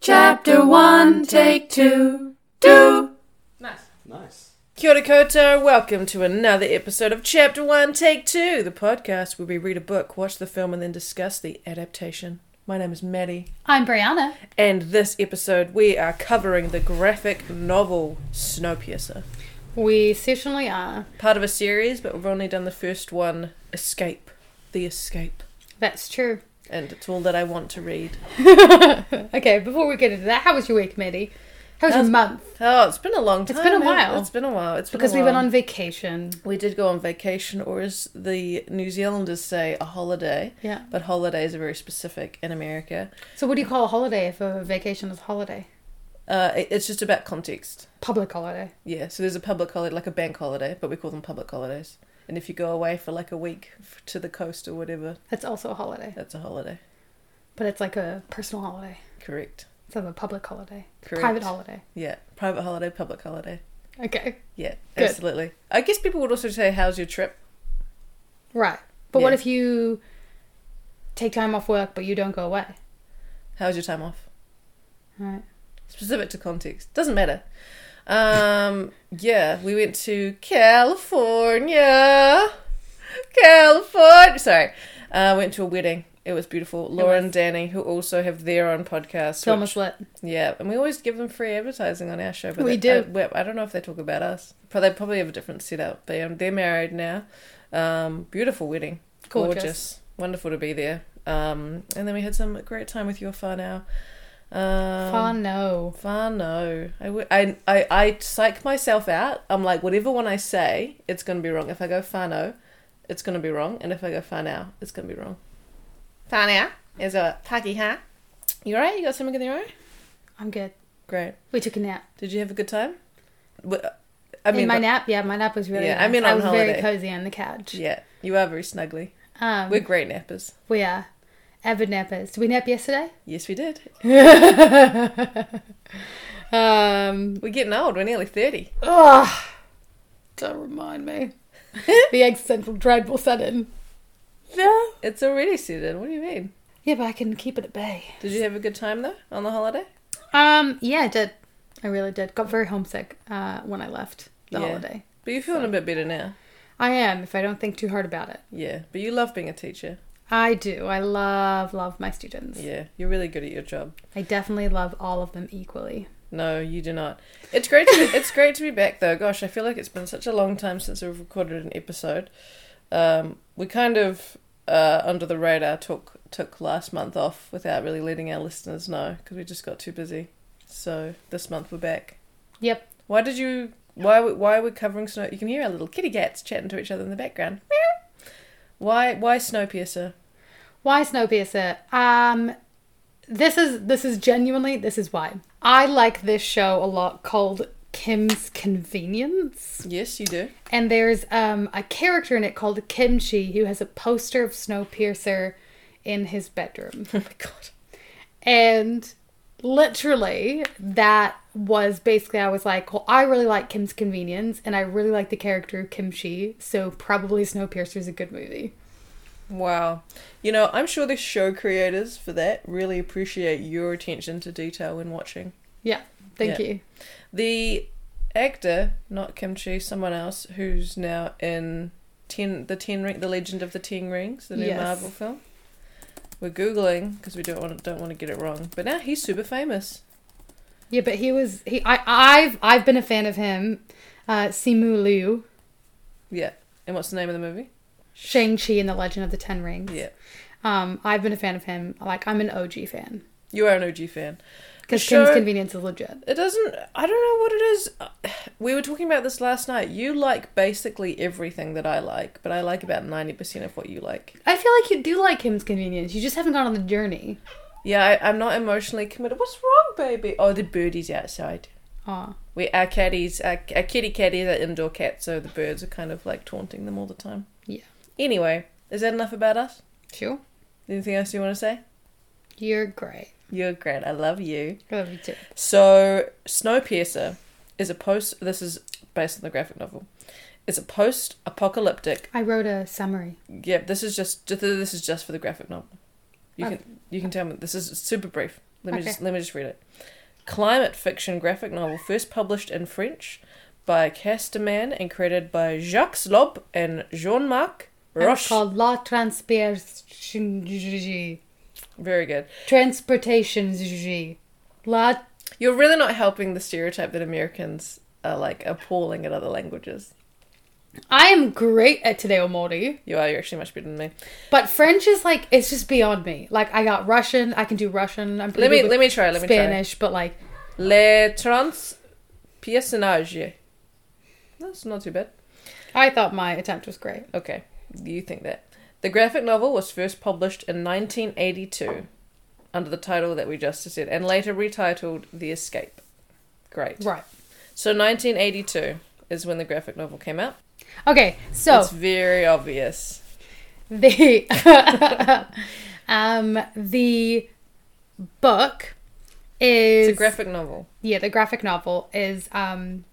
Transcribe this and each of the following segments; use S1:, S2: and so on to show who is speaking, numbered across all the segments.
S1: Chapter 1, Take 2. Do.
S2: Nice.
S3: Kia ora koutou, welcome to another episode of Chapter 1, Take 2, the podcast where we read a book, watch the film, and then discuss the adaptation. My name is Maddie,
S1: I'm Brianna.
S3: and this episode we are covering the graphic novel Snowpiercer.
S1: We certainly are.
S3: Part of a series, but we've only done the first one, Escape. The Escape.
S1: That's true.
S3: And it's all that I want to read.
S1: Okay, before we get into that, how was your week, Maddie? How was your
S3: How's-
S1: month?
S3: Oh, it's been a long time.
S1: been a
S3: man.
S1: while.
S3: It's been a while. It's been
S1: Because
S3: a
S1: we went
S3: while.
S1: on vacation.
S3: We did go on vacation, or as the New Zealanders say, a holiday.
S1: Yeah.
S3: But holidays are very specific in America.
S1: So, what do you call a holiday if a vacation is a holiday?
S3: Uh, it- it's just about context.
S1: Public holiday.
S3: Yeah, so there's a public holiday, like a bank holiday, but we call them public holidays. And if you go away for like a week f- to the coast or whatever,
S1: That's also a holiday,
S3: that's a holiday.
S1: but it's like a personal holiday.
S3: Correct.
S1: It's not a public holiday. It's a
S3: Correct.
S1: private holiday.
S3: Yeah, private holiday, public holiday.
S1: Okay.
S3: Yeah,
S1: Good.
S3: absolutely. I guess people would also say, "How's your trip?"
S1: Right. But what
S3: Yeah.
S1: if you take time off work but you don't go away?
S3: How's your time off?
S1: Right.
S3: Specific to context, doesn't matter. Um, yeah, we went to California, California. Sorry, uh, went to a wedding. It was beautiful. Laura and Danny, who also have their own podcast,
S1: Film
S3: which-
S1: is lit.
S3: Yeah, and we always give them free advertising on our show. But
S1: We
S3: they-
S1: do.
S3: I, we- I don't know if they talk about us, but they probably have a different setup. They um, they're married now. Um, beautiful wedding,
S1: Gorgeous.
S3: gorgeous. wonderful to be there. Um, and then we had some great time with your whanau. Um,
S1: Far no.
S3: Whanau. I, w- I, I, I psych myself out. I'm like, whatever one I say, it's going to be wrong. If I go whanau, it's going to be wrong. And if I go whanau, it's going to be wrong. Whanau is a Pakeha. You alright? You got something in your eye?
S1: I'm good.
S3: Great.
S1: We took a nap.
S3: Did you have a good time? W- I
S1: in
S3: mean,
S1: my nap, yeah, my nap was really.
S3: Yeah, I
S1: nice.
S3: mean
S1: I
S3: on
S1: was very
S3: holiday.
S1: cozy on the couch.
S3: yeah, you are very snuggly.
S1: Um,
S3: We're
S1: we
S3: great nappers.
S1: are avid nappers. Did we nap yesterday?
S3: Yes, we did.
S1: Um,
S3: We're getting old. We're nearly thirty.
S1: ugh, don't remind me. the existential dread will set in. No.
S3: It's already set in. What do you mean?
S1: Yeah, but I can keep it at bay.
S3: Did you have a good time though on the holiday?
S1: Um, yeah, I did. I really did. Got very homesick uh, when I left the
S3: Yeah.
S1: holiday.
S3: But you're feeling a bit better now.
S1: I am, if I don't think too hard about it.
S3: Yeah, but you love being a teacher.
S1: I do. I love, love my students.
S3: Yeah, you're really good at your job.
S1: I definitely love all of them equally.
S3: No, you do not. It's great. To be, it's great to be back though. Gosh, I feel like it's been such a long time since we've recorded an episode. Um, we kind of uh, under the radar took took last month off without really letting our listeners know because we just got too busy. So this month we're back.
S1: Yep.
S3: Why did you? Why we- why are we covering snow? You can hear our little kitty cats chatting to each other in the background. Meow. Why why Snowpiercer?
S1: Why Snowpiercer? Um, this is this is genuinely this is why I like this show a lot. Called Kim's Convenience,
S3: Yes, you do.
S1: and there's um a character in it called Kimchi who has a poster of Snowpiercer in his bedroom.
S3: Oh my god.
S1: And literally, that was basically I was like, well, I really like Kim's Convenience, and I really like the character of Kimchi, so probably Snowpiercer is a good movie.
S3: Wow. You know, I'm sure the show creators for that really appreciate your attention to detail when watching.
S1: Yeah, thank
S3: Yeah.
S1: you.
S3: The actor, not Kimchi, someone else who's now in Ten, the Ten Ring, the Legend of the Ten Rings, the new
S1: Yes.
S3: Marvel film. We're googling because we don't want don't want to get it wrong. But now he's super famous.
S1: Yeah, but he was he. I I've I've been a fan of him. Uh, Simu Liu,
S3: Yeah. And what's the name of the movie?
S1: Shang Chi and the Legend of the Ten Rings.
S3: Yeah.
S1: Um, I've been a fan of him. Like I'm an OG fan
S3: You are an OG fan.
S1: because
S3: Sure.
S1: Kim's Convenience is legit.
S3: It doesn't. I don't know what it is. We were talking about this last night. You like basically everything that I like, but I like about ninety percent of what you like.
S1: I feel like you do like Kim's Convenience. You just haven't gone on the journey.
S3: Yeah, I, I'm not emotionally committed. What's wrong, baby? Oh, the birdie's outside.
S1: Aw.
S3: We our catties, our, our kitty catties are indoor cats, so the birds are kind of like taunting them all the time.
S1: Yeah.
S3: Anyway, is that enough about us?
S1: Sure.
S3: Anything else you want to say?
S1: You're great.
S3: You're great. I love you.
S1: I love you too.
S3: So, Snowpiercer is a post. This is based on the graphic novel. It's a post-apocalyptic.
S1: I wrote a summary.
S3: Yeah, this is just this is just for the graphic novel. You can you can tell me this is super brief. Let me
S1: Okay.
S3: just let me just read it. Climate fiction graphic novel first published in French by Casterman and created by Jacques Lob and Jean-Marc
S1: And
S3: Roche.
S1: It's called La Transpiration
S3: Very good.
S1: Transportation La
S3: You're really not helping the stereotype that Americans are like appalling at other languages.
S1: I am great at Te Reo Māori,
S3: You are. You're actually much better than me.
S1: but French is like it's just beyond me. Like I got Russian, I can do Russian. I'm
S3: Let
S1: pretty
S3: me
S1: good
S3: let
S1: with
S3: me try. Let me try.
S1: Spanish, but like
S3: Les trans personnages. That's not too bad.
S1: I thought my attempt was great.
S3: Okay, you think that. The graphic novel was first published in 1982 under the title that we just said and later retitled The Escape. Great.
S1: Right.
S3: So 1982 is when the graphic novel came out.
S1: Okay, so
S3: It's very obvious.
S1: the um the book is
S3: It's a graphic novel.
S1: yeah the graphic novel is um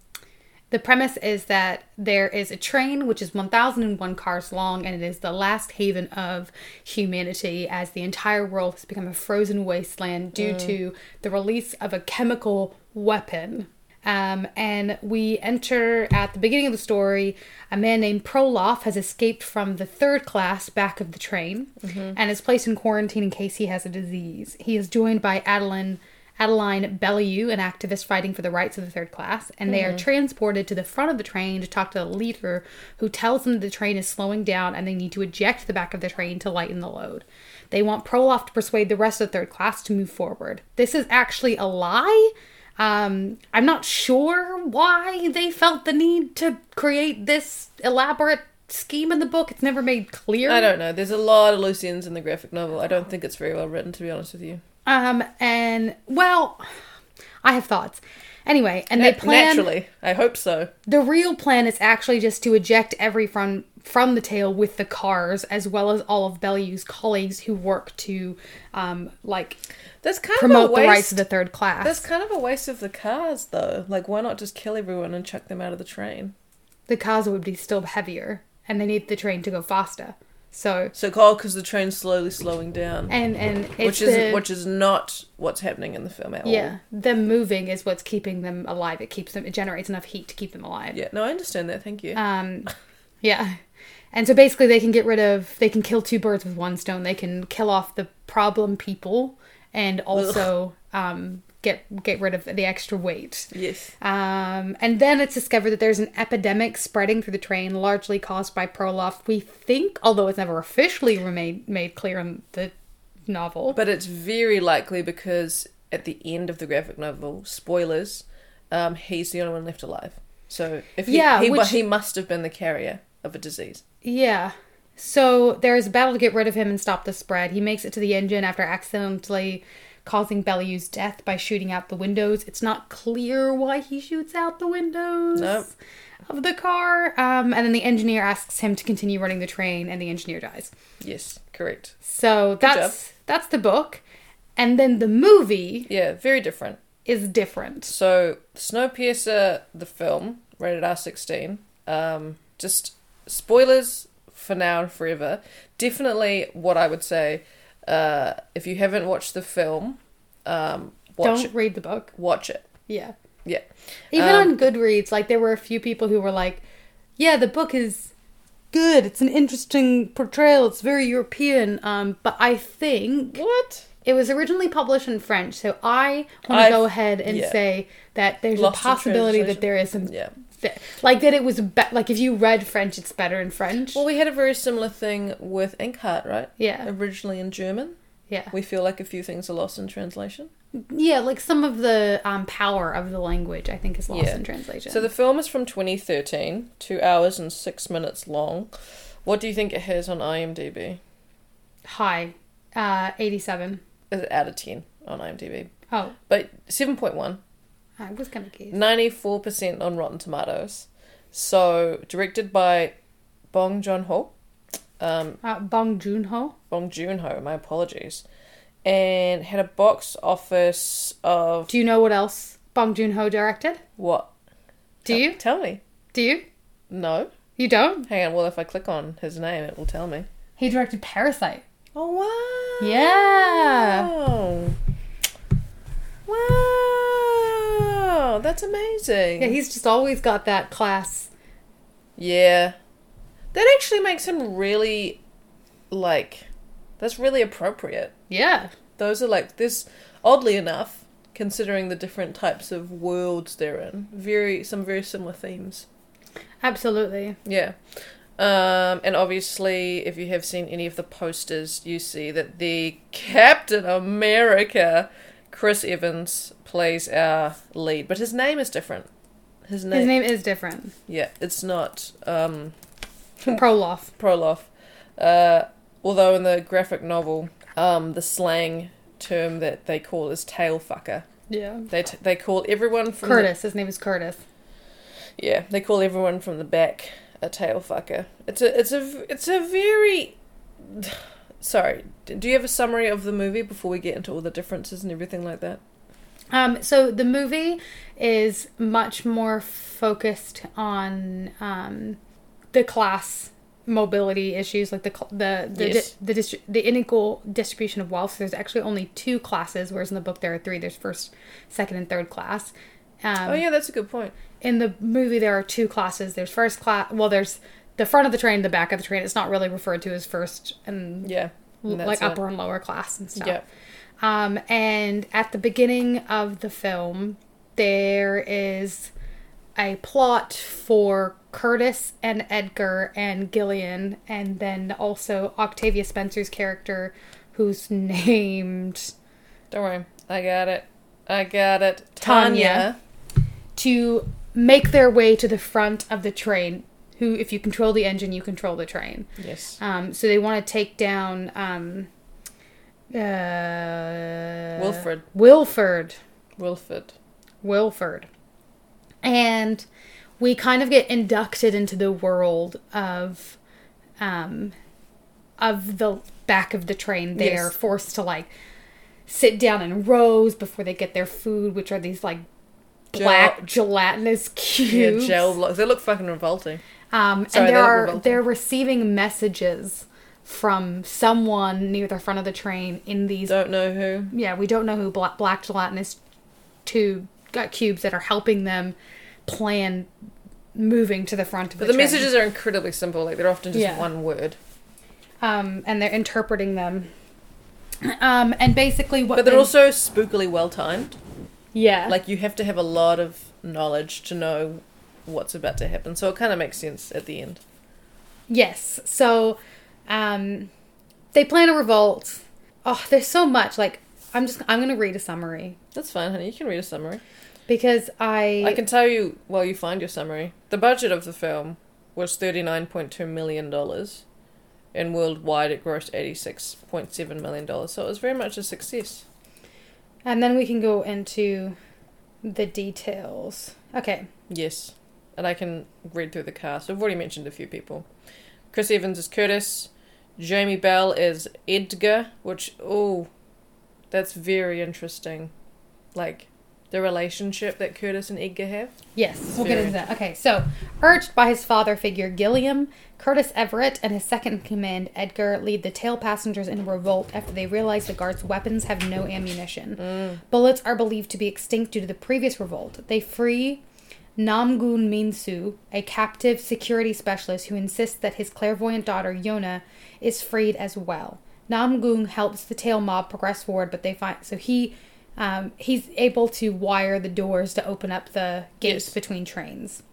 S1: the premise is that there is a train which is 1001 cars long and it is the last haven of humanity as the entire world has become a frozen wasteland due to the release of a chemical weapon um, and we enter at the beginning of the story a man named Proloff has escaped from the third class back of the train and is placed in quarantine in case he has a disease. He is joined by Adeline. Adeline Bellew, an activist fighting for the rights of the third class, and they
S3: Mm.
S1: are transported to the front of the train to talk to the leader who tells them the train is slowing down and they need to eject the back of the train to lighten the load. They want Proloff to persuade the rest of the third class to move forward. This is actually a lie. Um, I'm not sure why they felt the need to create this elaborate scheme in the book. It's never made clear.
S3: I don't know. There's a lot of loose ends in the graphic novel. I don't think it's very well written, to be honest with you.
S1: Um, and well, I have thoughts. Anyway, and they plan
S3: Naturally. I hope so.
S1: the real plan is actually just to eject every from from the tail with the cars, as well as all of Bellew's colleagues who work to, um, like
S3: That's kind of
S1: promote
S3: a
S1: the
S3: waste.
S1: rights of the third class.
S3: That's kind of a waste of the cars, though. Like, why not just kill everyone and chuck them out of the train?
S1: The cars would be still heavier, and they need the train to go faster. So
S3: So, oh, because the train's slowly slowing down,
S1: and and it's
S3: which is
S1: the,
S3: which is not what's happening in the film at all.
S1: yeah them moving is what's keeping them alive. It keeps them. It generates enough heat to keep them alive.
S3: yeah. No, I understand that. Thank you.
S1: Um, yeah. And so basically, they can get rid of, they can kill two birds with one stone. They can kill off the problem people and also um, get get rid of the extra weight.
S3: yes.
S1: Um, and then it's discovered that there's an epidemic spreading through the train, largely caused by Proloff. We think, although it's never officially made made clear in the novel.
S3: But it's very likely because at the end of the graphic novel, spoilers, um, he's the only one left alive. So if he,
S1: Yeah,
S3: he, wa-
S1: which-
S3: he must have been the carrier of a disease.
S1: Yeah. So there is a battle to get rid of him and stop the spread. He makes it to the engine after accidentally causing Bellew's death by shooting out the windows. It's not clear why he shoots out the windows
S3: Nope.
S1: of the car. Um, and then the engineer asks him to continue running the train, and the engineer dies.
S3: Yes, correct.
S1: So that's that's the book, and then the movie
S3: Yeah, very different.
S1: is different.
S3: So, Snowpiercer, the film, rated R sixteen. Um, just spoilers for now and forever. Definitely, what I would say, uh, if you haven't watched the film, um, watch
S1: Don't
S3: it.
S1: read the book.
S3: Watch it.
S1: Yeah.
S3: Yeah,
S1: Even
S3: Um,
S1: on Goodreads, like there were a few people who were like, "Yeah, the book is good. It's an interesting portrayal. It's very European." Um, but I think
S3: what?
S1: it was originally published in French, so I want to
S3: I've-
S1: go ahead and
S3: yeah.
S1: say that there's
S3: Lost
S1: a
S3: in
S1: possibility that
S3: translation.
S1: there is some,
S3: Yeah.
S1: th- like that it was be- like if you read French, it's better in French.
S3: Well, we had a very similar thing with Inkheart, right?
S1: Yeah.
S3: Originally in German,
S1: yeah,
S3: we feel like a few things are lost in translation.
S1: yeah, like some of the um, power of the language, I think, is lost
S3: Yeah.
S1: in translation.
S3: So the film is from 2013, two hours and six minutes long. What do you think it has on IMDb?
S1: high, uh, eighty-seven.
S3: Is it out of 10 on IMDb?
S1: Oh,
S3: But 7.1,
S1: I was gonna guess.
S3: 94% on Rotten Tomatoes. So, directed by Bong Joon Ho. Um,
S1: Uh, Bong Joon-ho.
S3: Bong Joon Ho, my apologies. And had a box office of
S1: Do you know what else Bong Joon Ho directed?
S3: what?
S1: Do
S3: Tell-
S1: you?
S3: Tell me.
S1: Do you?
S3: No.
S1: You don't?
S3: Hang on, well, if I click on his name, it will tell me.
S1: He directed Parasite.
S3: Oh, wow.
S1: Yeah.
S3: That's amazing.
S1: Yeah, he's just always got that class.
S3: Yeah. That actually makes him really like that's really appropriate.
S1: Yeah.
S3: Those are like this oddly enough, considering the different types of worlds they're in. Very some very similar themes.
S1: Absolutely.
S3: Yeah. Um, and obviously, if you have seen any of the posters, you see that the Captain America, Chris Evans, plays our lead, but his name is different. His name,
S1: His name is different.
S3: yeah, it's not um,
S1: Proloff.
S3: Proloff. Uh, although in the graphic novel, um, the slang term that they call is tail fucker.
S1: Yeah.
S3: They t- they call everyone from the-
S1: Curtis. His name is Curtis.
S3: Yeah, they call everyone from the back a tail fucker. It's a it's a it's a very sorry. d- Do you have a summary of the movie before we get into all the differences and everything like that?
S1: Um, so the movie is much more focused on um, the class mobility issues, like the cl- the the
S3: Yes.
S1: di- the, distri- the unequal distribution of wealth. So there's actually only two classes, whereas in the book there are three. There's first, second, and third class. Um,
S3: oh yeah, that's a good point.
S1: in the movie there are two classes there's first class well there's the front of the train the back of the train it's not really referred to as first and
S3: Yeah,
S1: l-
S3: and that's
S1: like
S3: it.
S1: upper and lower class and stuff
S3: Yeah,
S1: um and at the beginning of the film there is a plot for Curtis and Edgar and Gillian and then also Octavia Spencer's character who's named
S3: don't worry, I got it. I got it.
S1: Tanya. to make their way to the front of the train who if you control the engine you control the train
S3: Yes.
S1: Um, so they want to take down um, uh,
S3: Wilfred.
S1: Wilford.
S3: Wilfred.
S1: Wilford. And we kind of get inducted into the world of um, of the back of the train. They
S3: Yes.
S1: are forced to like sit down in rows before they get their food, which are these like
S3: Gel-
S1: black gelatinous
S3: Yeah,
S1: cubes.
S3: gel blocks. They look fucking revolting.
S1: Um, and
S3: Sorry,
S1: there
S3: they look
S1: are
S3: revolting.
S1: they're receiving messages from someone near the front of the train in these.
S3: Don't know who.
S1: yeah, we don't know who black, black gelatinous tube got cubes that are helping them plan moving to the front of
S3: But
S1: the,
S3: the
S1: train.
S3: messages are incredibly simple. Like they're often just
S1: Yeah.
S3: one word.
S1: um, and they're interpreting them. Um, and basically what
S3: But they're
S1: they- Uh.
S3: also spookily well timed.
S1: yeah
S3: like you have to have a lot of knowledge to know what's about to happen so it kind of makes sense at the end
S1: Yes. So um they plan a revolt. Oh, there's so much. Like I'm just I'm gonna read a summary
S3: that's fine honey you can read a summary
S1: because I,
S3: i can tell you while you find your summary the budget of the film was 39.2 million dollars and worldwide it grossed 86.7 million dollars so it was very much a success
S1: and then we can go into the details. Okay.
S3: yes and i can read through the cast i've already mentioned a few people chris evans is curtis jamie bell is edgar which oh that's very interesting like the relationship that curtis and edgar have
S1: Yes, we'll get
S3: Very
S1: into that. Okay, so urged by his father figure Gilliam, Curtis Everett, and his second in command Edgar lead the tail passengers in revolt after they realize the guards' weapons have no ammunition. Bullets are believed to be extinct due to the previous revolt. They free Namgun Minsu, a captive security specialist who insists that his clairvoyant daughter Yona is freed as well. Namgung helps the tail mob progress forward, but they find so he um, he's able to wire the doors to open up the gates
S3: Yes.
S1: between trains.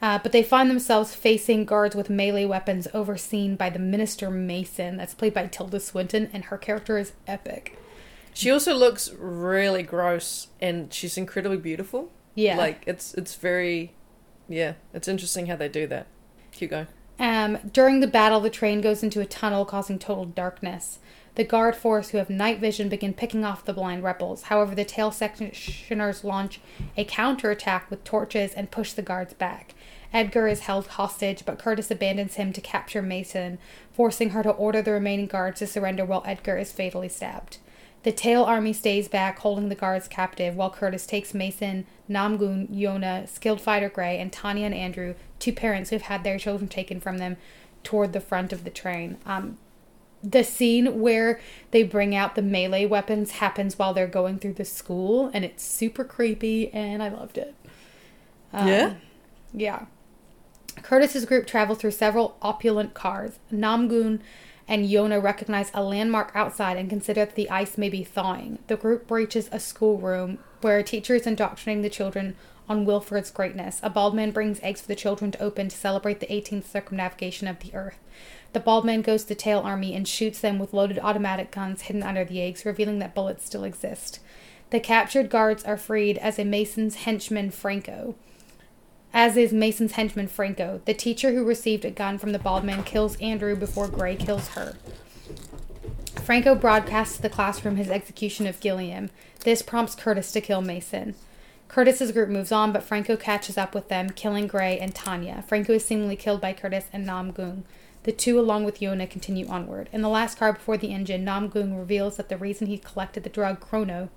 S1: Uh, but they find themselves facing guards with melee weapons overseen by the minister Mason, that's played by Tilda Swinton, and her character is epic.
S3: she
S1: Mm.
S3: also looks really gross and she's incredibly beautiful
S1: Yeah.
S3: like it's it's very yeah it's interesting how they do that keep going
S1: Um, during the battle, the train goes into a tunnel, causing total darkness. The guard force, who have night vision, begin picking off the blind rebels. However, the tail sectioners launch a counterattack with torches and push the guards back. Edgar is held hostage, but Curtis abandons him to capture Mason, forcing her to order the remaining guards to surrender while Edgar is fatally stabbed. The tail army stays back, holding the guards captive, while Curtis takes Mason, Namgun, Yona, Skilled Fighter Gray, and Tanya and Andrew, two parents who've had their children taken from them, toward the front of the train. Um, the scene where they bring out the melee weapons happens while they're going through the school, and it's super creepy, and I loved it. Um,
S3: Yeah?
S1: Yeah. Curtis's group travel through several opulent cars. Namgun and Yona recognize a landmark outside and consider that the ice may be thawing. The group breaches a schoolroom where a teacher is indoctrinating the children on Wilfred's greatness. A bald man brings eggs for the children to open to celebrate the 18th circumnavigation of the earth. The bald man goes to the tail army and shoots them with loaded automatic guns hidden under the eggs, revealing that bullets still exist. The captured guards are freed as a Mason's henchman, Franco as is Mason's henchman Franco. The teacher who received a gun from the bald man kills Andrew before Gray kills her. Franco broadcasts to the classroom his execution of Gilliam. This prompts Curtis to kill Mason. Curtis's group moves on, but Franco catches up with them, killing Gray and Tanya. Franco is seemingly killed by Curtis and Nam Goong. The two, along with Yona, continue onward. In the last car before the engine, Nam Goong reveals that the reason he collected the drug Chrono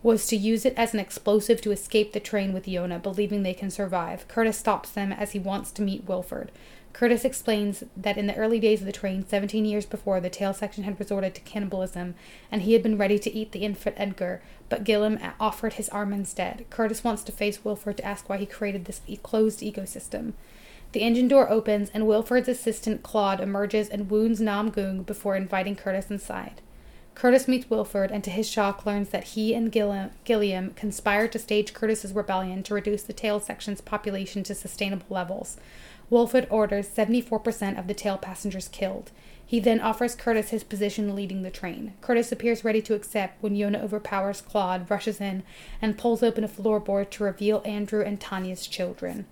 S1: was to use it as an explosive to escape the train with Yona, believing they can survive. Curtis stops them as he wants to meet Wilford. Curtis explains that in the early days of the train, 17 years before, the tail section had resorted to cannibalism, and he had been ready to eat the infant Edgar, but Gillum a- offered his arm instead. Curtis wants to face Wilford to ask why he created this e- closed ecosystem. The engine door opens, and Wilford's assistant Claude emerges and wounds Nam Goong before inviting Curtis inside. Curtis meets Wilford and to his shock learns that he and Gilliam, Gilliam conspired to stage Curtis's rebellion to reduce the tail section's population to sustainable levels. Wilford orders 74% of the tail passengers killed. He then offers Curtis his position leading the train. Curtis appears ready to accept when Yona overpowers Claude, rushes in, and pulls open a floorboard to reveal Andrew and Tanya's children.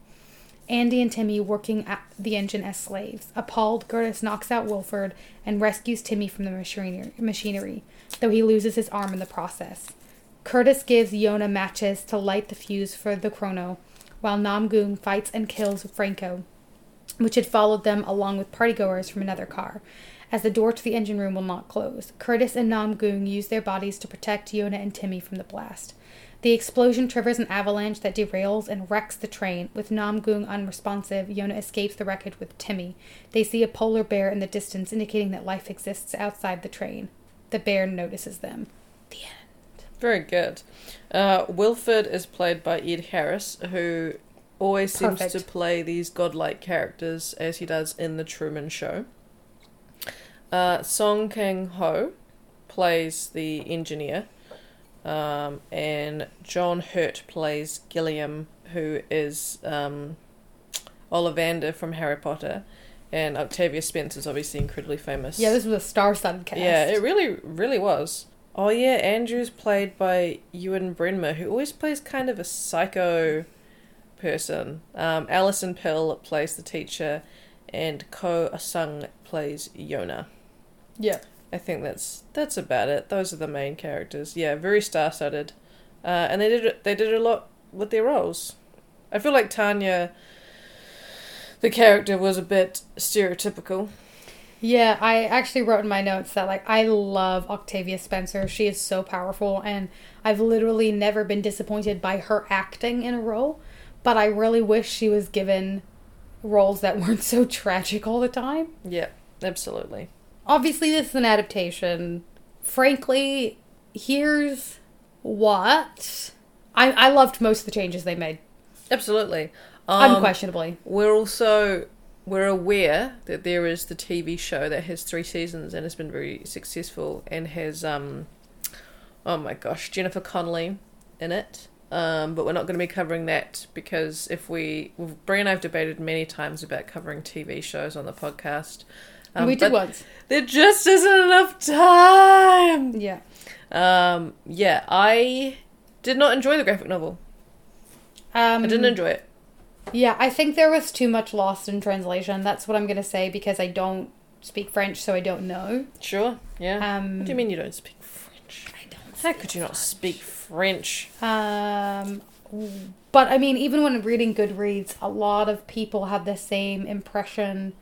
S1: Andy and Timmy working at the engine as slaves. Appalled, Curtis knocks out Wilford and rescues Timmy from the machinery, machinery, though he loses his arm in the process. Curtis gives Yona matches to light the fuse for the chrono, while Namgoon fights and kills Franco, which had followed them along with partygoers from another car, as the door to the engine room will not close. Curtis and Nam Goong use their bodies to protect Yona and Timmy from the blast. The explosion triggers an avalanche that derails and wrecks the train. With Nam Goong unresponsive, Yona escapes the wreckage with Timmy. They see a polar bear in the distance, indicating that life exists outside the train. The bear notices them. The end.
S3: Very good. Uh, Wilford is played by Ed Harris, who always seems
S1: Perfect.
S3: to play these godlike characters as he does in The Truman Show. Uh, Song Kang Ho plays the engineer, um, and John Hurt plays Gilliam, who is um, Ollivander from Harry Potter, and Octavia Spencer's obviously incredibly famous.
S1: Yeah, this was a star-studded cast.
S3: Yeah, it really, really was. Oh yeah, Andrew's played by Ewan Brenmer, who always plays kind of a psycho person. Um, Alison Pill plays the teacher, and Ko Asung plays Yona.
S1: yeah.
S3: I think that's that's about it. Those are the main characters. Yeah, very star-studded, uh, and they did they did a lot with their roles. I feel like Tanya, the character, was a bit stereotypical.
S1: Yeah, I actually wrote in my notes that like I love Octavia Spencer. She is so powerful and I've literally never been disappointed by her acting in a role, but I really wish she was given roles that weren't so tragic all the time.
S3: Yeah, absolutely.
S1: Obviously, this is an adaptation. Frankly, here's what I I loved most of the changes they made.
S3: Absolutely. Um,
S1: unquestionably.
S3: We're also we're aware that there is the TV show that has three seasons and has been very successful and has um oh my gosh Jennifer Connelly in it. Um, but we're not going to be covering that because if we, well, Brie and I have debated many times about covering TV shows on the podcast. Um,
S1: we did
S3: but
S1: once.
S3: There just isn't enough time.
S1: Yeah.
S3: Um, yeah, I did not enjoy the graphic novel.
S1: Um,
S3: I didn't enjoy it.
S1: Yeah, I think there was too much lost in translation. That's what I'm going to say because I don't speak French, so I don't know.
S3: Sure. Yeah.
S1: Um,
S3: what do you mean you don't speak French?
S1: I
S3: How could you not speak French?
S1: Um, but I mean, even when reading Goodreads, a lot of people have the same impression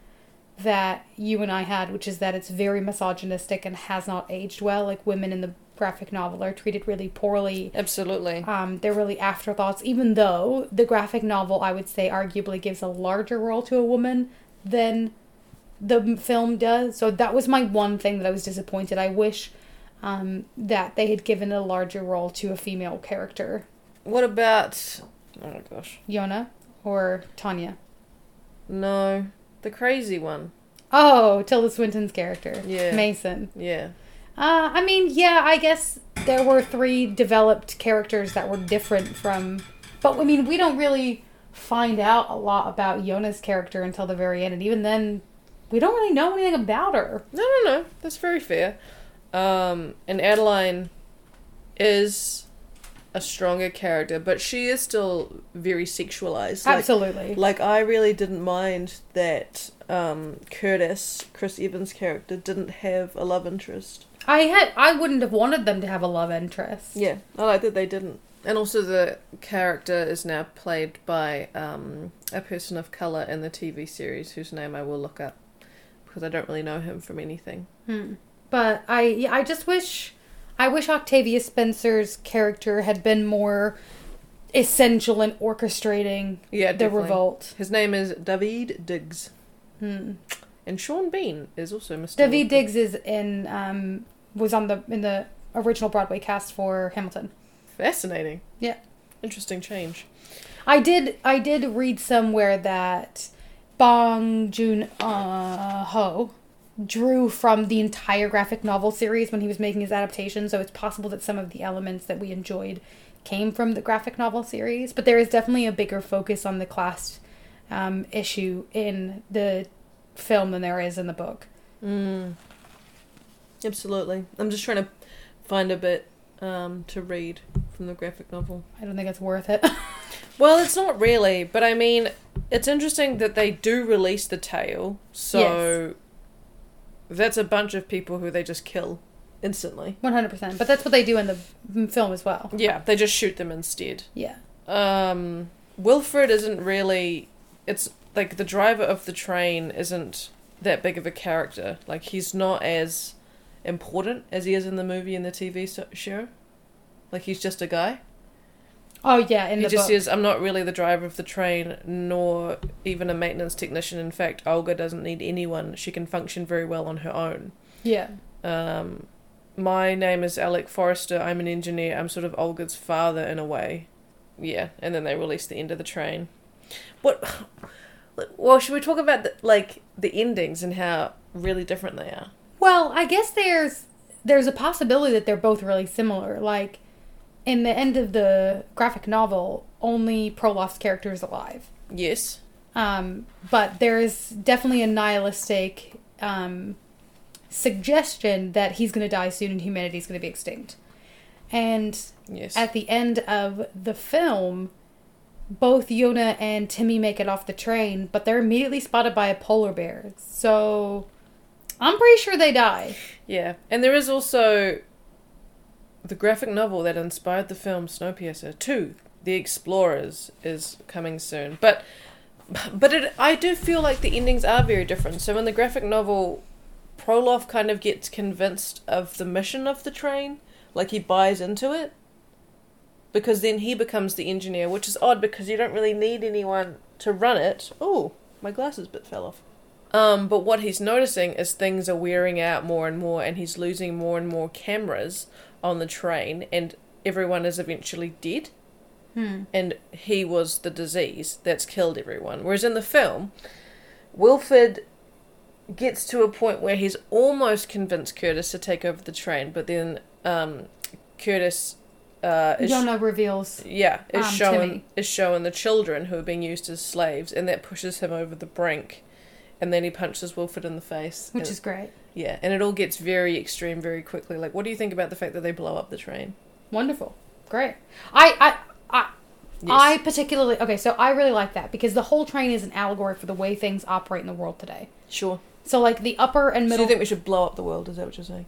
S1: that you and I had, which is that it's very misogynistic and has not aged well. Like women in the graphic novel are treated really poorly.
S3: Absolutely.
S1: Um, they're really afterthoughts, even though the graphic novel, I would say, arguably gives a larger role to a woman than the m- film does. So that was my one thing that I was disappointed. I wish um, that they had given a larger role to a female character,
S3: What about? Oh gosh,
S1: Yona or Tanya.
S3: no, the crazy one.
S1: Oh, Tilda Swinton's character,
S3: Yeah.
S1: Mason.
S3: Yeah,
S1: Uh, I mean, yeah, I guess there were three developed characters that were different from. But I mean, we don't really find out a lot about Yona's character until the very end, and even then, we don't really know anything about her.
S3: no, no, no. That's very fair. Um, and Adeline is a stronger character, but she is still very sexualized. Like,
S1: Absolutely.
S3: Like I really didn't mind that um, Curtis, Chris Evans' character, didn't have a love interest.
S1: I had I wouldn't have wanted them to have a love interest.
S3: Yeah, I like that they didn't. And also, the character is now played by um, a person of color in the TV series, whose name I will look up because I don't really know him from anything.
S1: Hmm. But I yeah, I just wish I wish Octavia Spencer's character had been more essential in orchestrating
S3: Yeah,
S1: the
S3: definitely.
S1: revolt.
S3: His name is David Diggs,
S1: Hmm.
S3: and Sean Bean is also Mr.
S1: David
S3: Lincoln.
S1: Diggs is in um was on the in the original Broadway cast for Hamilton.
S3: Fascinating.
S1: Yeah.
S3: Interesting change.
S1: I did I did read somewhere that Bong Joon uh, Ho drew from the entire graphic novel series when he was making his adaptation, so it's possible that some of the elements that we enjoyed came from the graphic novel series, but there is definitely a bigger focus on the class um, issue in the film than there is in the book.
S3: Mm. Absolutely. I'm just trying to find a bit um, to read from the graphic novel.
S1: I don't think it's worth it.
S3: Well, it's not really, but I mean, it's interesting that they do release the tail. So that's a bunch of people who they just kill instantly.
S1: 100%. But that's what they do in the m- film as well.
S3: Yeah, they just shoot them instead.
S1: Yeah.
S3: Um, Wilfred isn't really. It's like the driver of the train isn't that big of a character. Like he's not as important as he is in the movie and the TV so- show. Like he's just a guy.
S1: Oh, yeah, in
S3: he
S1: the
S3: just
S1: book.
S3: says, "I'm not really the driver of the train, nor even a maintenance technician. In fact, Olga doesn't need anyone. She can function very well on her own."
S1: yeah.
S3: Um, my name is Alec Forrester. I'm an engineer. I'm sort of Olga's father in a way. Yeah, and then they release the end of the train. What? Well, should we talk about the, like the endings and how really different they are?
S1: Well, I guess there's there's a possibility that they're both really similar. Like in the end of the graphic novel, only Prolof's character is alive.
S3: Yes.
S1: Um, but there is definitely a nihilistic um, suggestion that he's going to die soon and humanity's going to be extinct. And
S3: Yes.
S1: at the end of the film, both Yona and Timmy make it off the train, but they're immediately spotted by a polar bear. So I'm pretty sure they die.
S3: Yeah, and there is also the graphic novel that inspired the film Snowpiercer 2, The Explorers, is coming soon. But but it, I do feel like the endings are very different. So in the graphic novel, Proloff kind of gets convinced of the mission of the train, like he buys into it. Because then he becomes the engineer, which is odd because you don't really need anyone to run it. Oh, my glasses bit fell off. Um, but what he's noticing is things are wearing out more and more, and he's losing more and more cameras on the train, and everyone is eventually dead. And he was the disease that's killed everyone. Whereas in the film, Wilfred gets to a point where he's almost convinced Curtis to take over the train, but then um, Curtis uh, is
S1: Yona reveals.
S3: yeah, is
S1: Um,
S3: showing
S1: Timmy.
S3: is showing the children who are being used as slaves, and that pushes him over the brink, and then he punches Wilfred in the face,
S1: Which
S3: and-
S1: is great.
S3: yeah, and it all gets very extreme very quickly. Like, what do you think about the fact that they blow up the train?
S1: Wonderful. Great. I, I, I,
S3: Yes.
S1: I particularly, okay, so I really like that because the whole train is an allegory for the way things operate in the world today.
S3: Sure.
S1: So, like, the upper and
S3: So you
S1: middle
S3: think we should blow up the world? Is that what you're saying?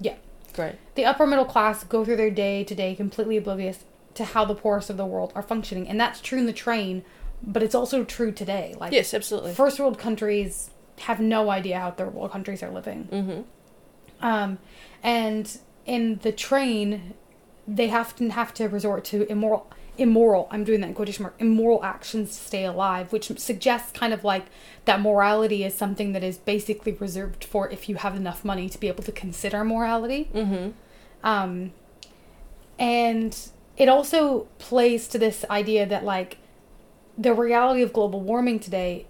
S1: Yeah.
S3: Great.
S1: The upper middle class go through their day to day completely oblivious to how the poorest of the world are functioning. And that's true in the train, but it's also true today. Like,
S3: Yes, absolutely.
S1: first world countries have no idea how third world countries are living.
S3: Mm-hmm.
S1: Um, and in the train, they have to have to resort to immoral immoral i'm doing that in quotation mark immoral actions to stay alive which suggests kind of like that morality is something that is basically reserved for if you have enough money to be able to consider morality
S3: Mm-hmm.
S1: um, and it also plays to this idea that, like, the reality of global warming today,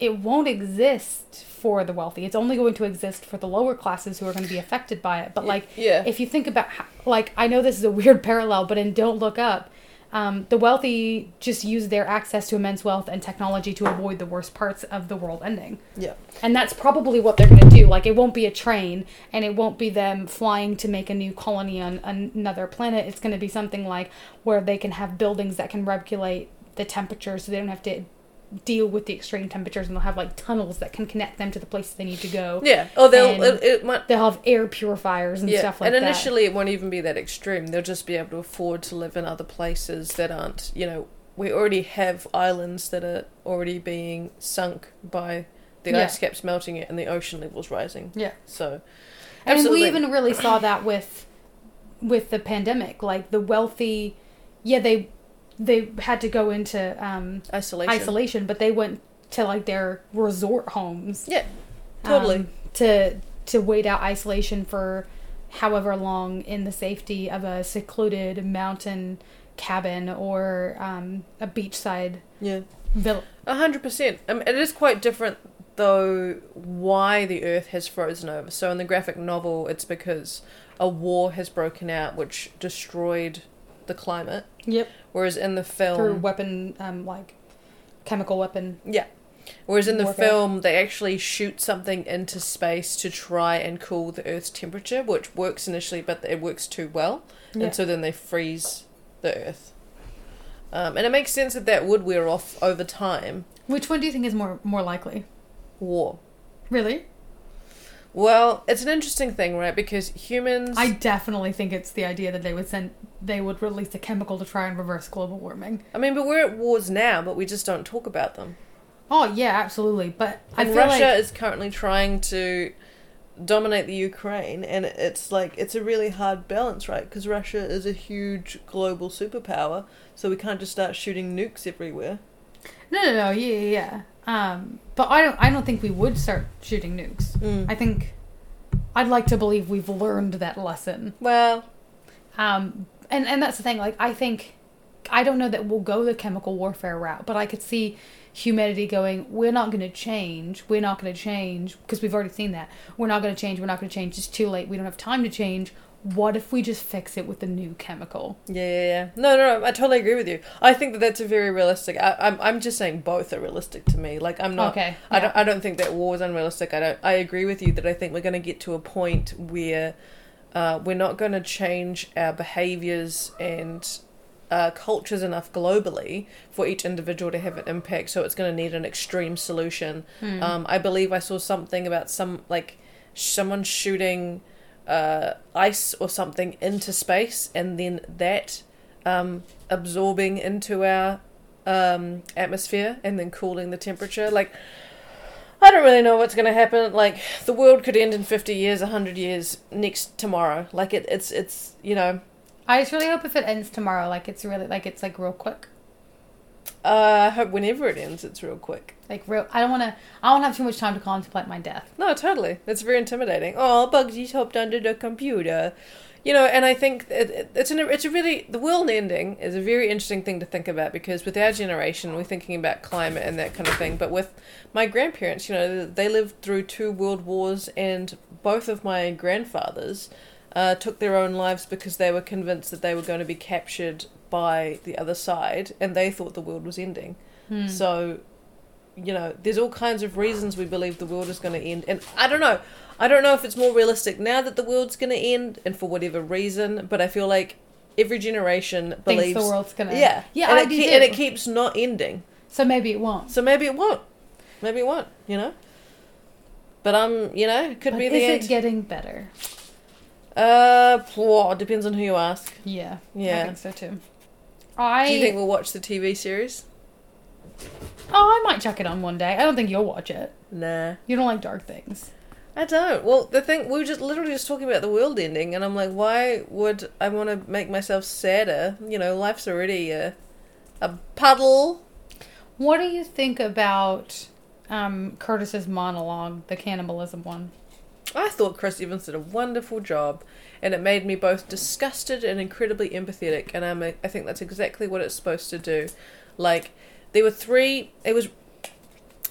S1: it won't exist for the wealthy. It's only going to exist for the lower classes who are going to be affected by it. But, like,
S3: Yeah.
S1: if you think about, how, like, I know this is a weird parallel, but in Don't Look Up, um, the wealthy just use their access to immense wealth and technology to avoid the worst parts of the world ending.
S3: yeah.
S1: And that's probably what they're going to do. Like, it won't be a train, and it won't be them flying to make a new colony on another planet. It's going to be something like where they can have buildings that can regulate the temperature so they don't have to deal with the extreme temperatures, and they'll have like tunnels that can connect them to the places they need to go.
S3: Yeah. Oh, they'll
S1: And-
S3: it, it might
S1: They'll have air purifiers and
S3: yeah.
S1: stuff like
S3: and
S1: that.
S3: initially, it won't even be that extreme. They'll just be able to afford to live in other places that aren't. You know, we already have islands that are already being sunk by the
S1: Yeah.
S3: ice caps melting it and the ocean levels rising.
S1: yeah. I
S3: So,
S1: mean, we
S3: Absolutely.
S1: even really saw that with with the pandemic. Like the wealthy, yeah, they they had to go into um,
S3: isolation.
S1: isolation, but they went to like their resort homes.
S3: Yeah. Totally.
S1: um, to to wait out isolation for however long in the safety of a secluded mountain cabin or um, a beachside
S3: yeah.
S1: villa.
S3: A hundred percent. Um, it is quite different though. Why the Earth has frozen over? So in the graphic novel, it's because a war has broken out, which destroyed the climate.
S1: Yep.
S3: Whereas in the
S1: Through
S3: film,
S1: weapon, um, like chemical weapon.
S3: yeah. Whereas in the
S1: Warfare.
S3: film, they actually shoot something into space to try and cool the Earth's temperature, which works initially, but it works too well,
S1: Yeah.
S3: and so then they freeze the Earth. Um, and it makes sense that that would wear off over time.
S1: Which one do you think is more more likely?
S3: War.
S1: Really?
S3: Well, it's an interesting thing, right? Because humans.
S1: I definitely think it's the idea that they would send they would release a chemical to try and reverse global warming.
S3: I mean, but we're at wars now, but we just don't talk about them.
S1: Oh yeah, absolutely. But I
S3: And
S1: feel
S3: Russia
S1: like
S3: is currently trying to dominate the Ukraine, and it's like it's a really hard balance, right? Because Russia is a huge global superpower, so we can't just start shooting nukes everywhere.
S1: no, no, no, yeah, yeah. yeah. Um, but I don't I don't think we would start shooting nukes. I think I'd like to believe we've learned that lesson.
S3: Well,
S1: Um, and and that's the thing. Like I think I don't know that we'll go the chemical warfare route, but I could see humanity going. We're not going to change. We're not going to change because we've already seen that. We're not going to change. We're not going to change. It's too late. We don't have time to change. What if we just fix it with a new chemical?
S3: yeah, yeah, yeah. No, no, no, I totally agree with you. I think that that's a very realistic. I, I'm, I'm just saying both are realistic to me. Like, I'm not.
S1: Okay.
S3: I
S1: yeah.
S3: don't. I don't think that war is unrealistic. I don't. I agree with you that I think we're going to get to a point where uh, we're not going to change our behaviors and uh, cultures enough globally for each individual to have an impact. So it's going to need an extreme solution. Um, I believe I saw something about some like someone shooting uh, ice or something into space, and then that um, absorbing into our um, atmosphere and then cooling the temperature. Like, I don't really know what's going to happen. Like, the world could end in fifty years, hundred years, next tomorrow. Like, it, it's it's you know,
S1: I just really hope if it ends tomorrow, like it's really like it's like real quick.
S3: uh, I hope whenever it ends, it's real quick.
S1: Like real. I don't want to. I don't have too much time to contemplate my death.
S3: No, totally. It's very intimidating. Oh, Bugsy's hopped under the computer. You know, and I think it, it, it's an, it's a really the world ending is a very interesting thing to think about because with our generation we're thinking about climate and that kind of thing, but with my grandparents, you know, they lived through two world wars and both of my grandfathers uh, took their own lives because they were convinced that they were going to be captured by the other side and they thought the world was ending.
S1: Mm.
S3: So, you know, there's all kinds of reasons we believe the world is going to end. And I don't know. I don't know if it's more realistic now that the world's going to end and for whatever reason, but I feel like every generation believes.
S1: Thinks the world's gonna.
S3: yeah.
S1: Yeah.
S3: and,
S1: I
S3: it
S1: do
S3: ke-
S1: too.
S3: and it keeps not ending.
S1: so maybe it won't.
S3: So maybe it won't. Maybe it won't, you know? But um, you know, it could
S1: But
S3: be
S1: is
S3: the end.
S1: it getting better?
S3: uh, pwah, depends on who you ask.
S1: Yeah. I
S3: Yeah.
S1: think so too. I
S3: Do you think we'll watch the TV series?
S1: oh, I might chuck it on one day. I don't think you'll watch it.
S3: Nah.
S1: You don't like dark things.
S3: I don't. Well, the thing we were just literally just talking about the world ending, and I'm like, why would I want to make myself sadder? You know, life's already a a puddle.
S1: What do you think about um, Curtis's monologue, the cannibalism one?
S3: I thought Chris Evans did a wonderful job, and it made me both disgusted and incredibly empathetic. And I'm a, I think that's exactly what it's supposed to do. Like there were three. It was,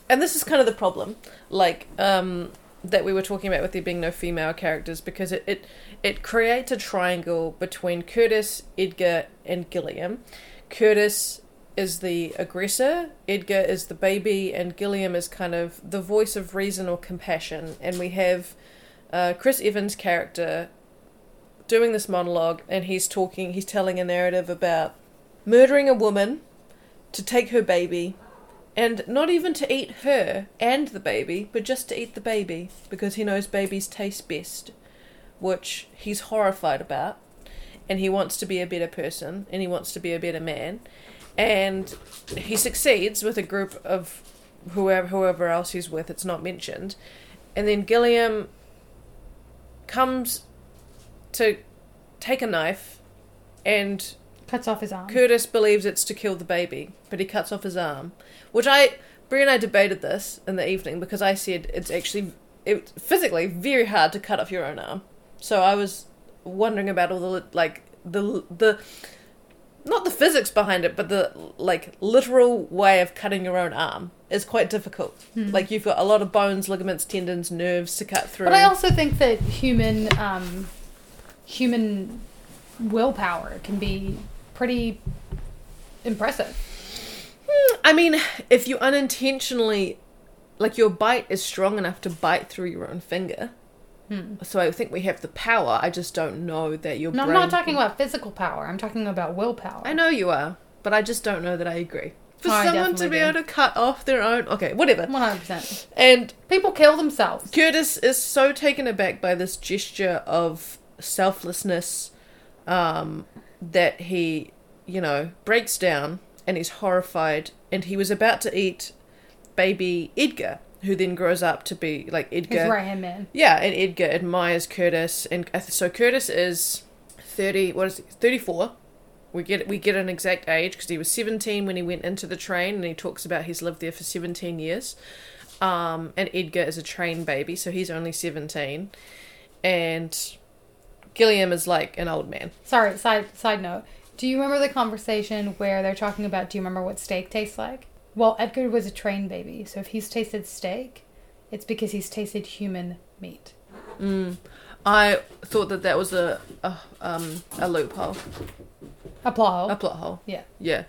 S3: and this is kind of the problem. Like um, that we were talking about with there being no female characters because it it, it creates a triangle between Curtis, Edgar, and Gilliam. Curtis is the aggressor, Edgar is the baby, and Gilliam is kind of the voice of reason or compassion. And we have uh, Chris Evans' character doing this monologue, and he's talking, he's telling a narrative about murdering a woman to take her baby, and not even to eat her and the baby, but just to eat the baby because he knows babies taste best, which he's horrified about. And he wants to be a better person, and he wants to be a better man and he succeeds with a group of whoever whoever else he's with. It's not mentioned, and then Gilliam comes to take a knife, and
S1: Cuts off his arm.
S3: Curtis believes it's to kill the baby, but he cuts off his arm, which I Brie and I debated this in the evening because I said it's actually it physically very hard to cut off your own arm. So I was wondering about all the like the the not the physics behind it, but the like literal way of cutting your own arm is quite difficult. Like you've got a lot of bones, ligaments, tendons, nerves to cut through.
S1: Hmm. But I also think that human um, human willpower can be pretty impressive.
S3: Hmm, I mean, if you unintentionally, like your bite is strong enough to bite through your own finger. So I think we have the power. I just don't know that your
S1: No, I'm
S3: brain.
S1: not talking about physical power. I'm talking about willpower.
S3: I know you are, but I just don't know that I agree. For
S1: I
S3: someone to
S1: definitely
S3: be
S1: do.
S3: able to cut off their own, okay, whatever.
S1: 100%.
S3: And
S1: People kill themselves.
S3: Curtis is so taken aback by this gesture of selflessness um, that he, you know, breaks down and he's horrified. And he was about to eat baby Edgar, who then grows up to be like Edgar.
S1: His right hand man.
S3: Yeah, and Edgar admires Curtis, and I th- so Curtis is thirty. What is it? Thirty-four. We get we get an exact age because he was seventeen when he went into the train, and he talks about he's lived there for seventeen years. Um, and Edgar is a train baby, so he's only seventeen, and Gilliam is like an old man.
S1: Sorry, side side note. Do you remember the conversation where they're talking about do you remember what steak tastes like? Well, Edgar was a train baby, so if he's tasted steak, it's because he's tasted human meat.
S3: Mm. I thought that that was a a, um, a loophole,
S1: Applause.
S3: a plot hole.
S1: Oh. yeah.
S3: Yeah,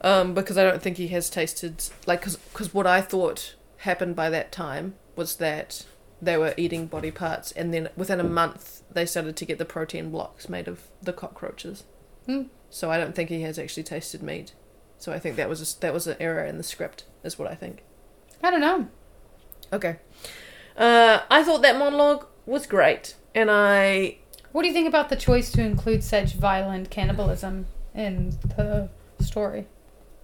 S3: um, because I don't think he has tasted like because what I thought happened by that time was that they were eating body parts, and then within a month they started to get the protein blocks made of the cockroaches.
S1: Hmm.
S3: So I don't think he has actually tasted meat. So I think that was a, that was an error in the script, is what I think.
S1: I don't know.
S3: Okay, uh, I thought that monologue was great, and I
S1: What do you think about the choice to include such violent cannibalism in the story?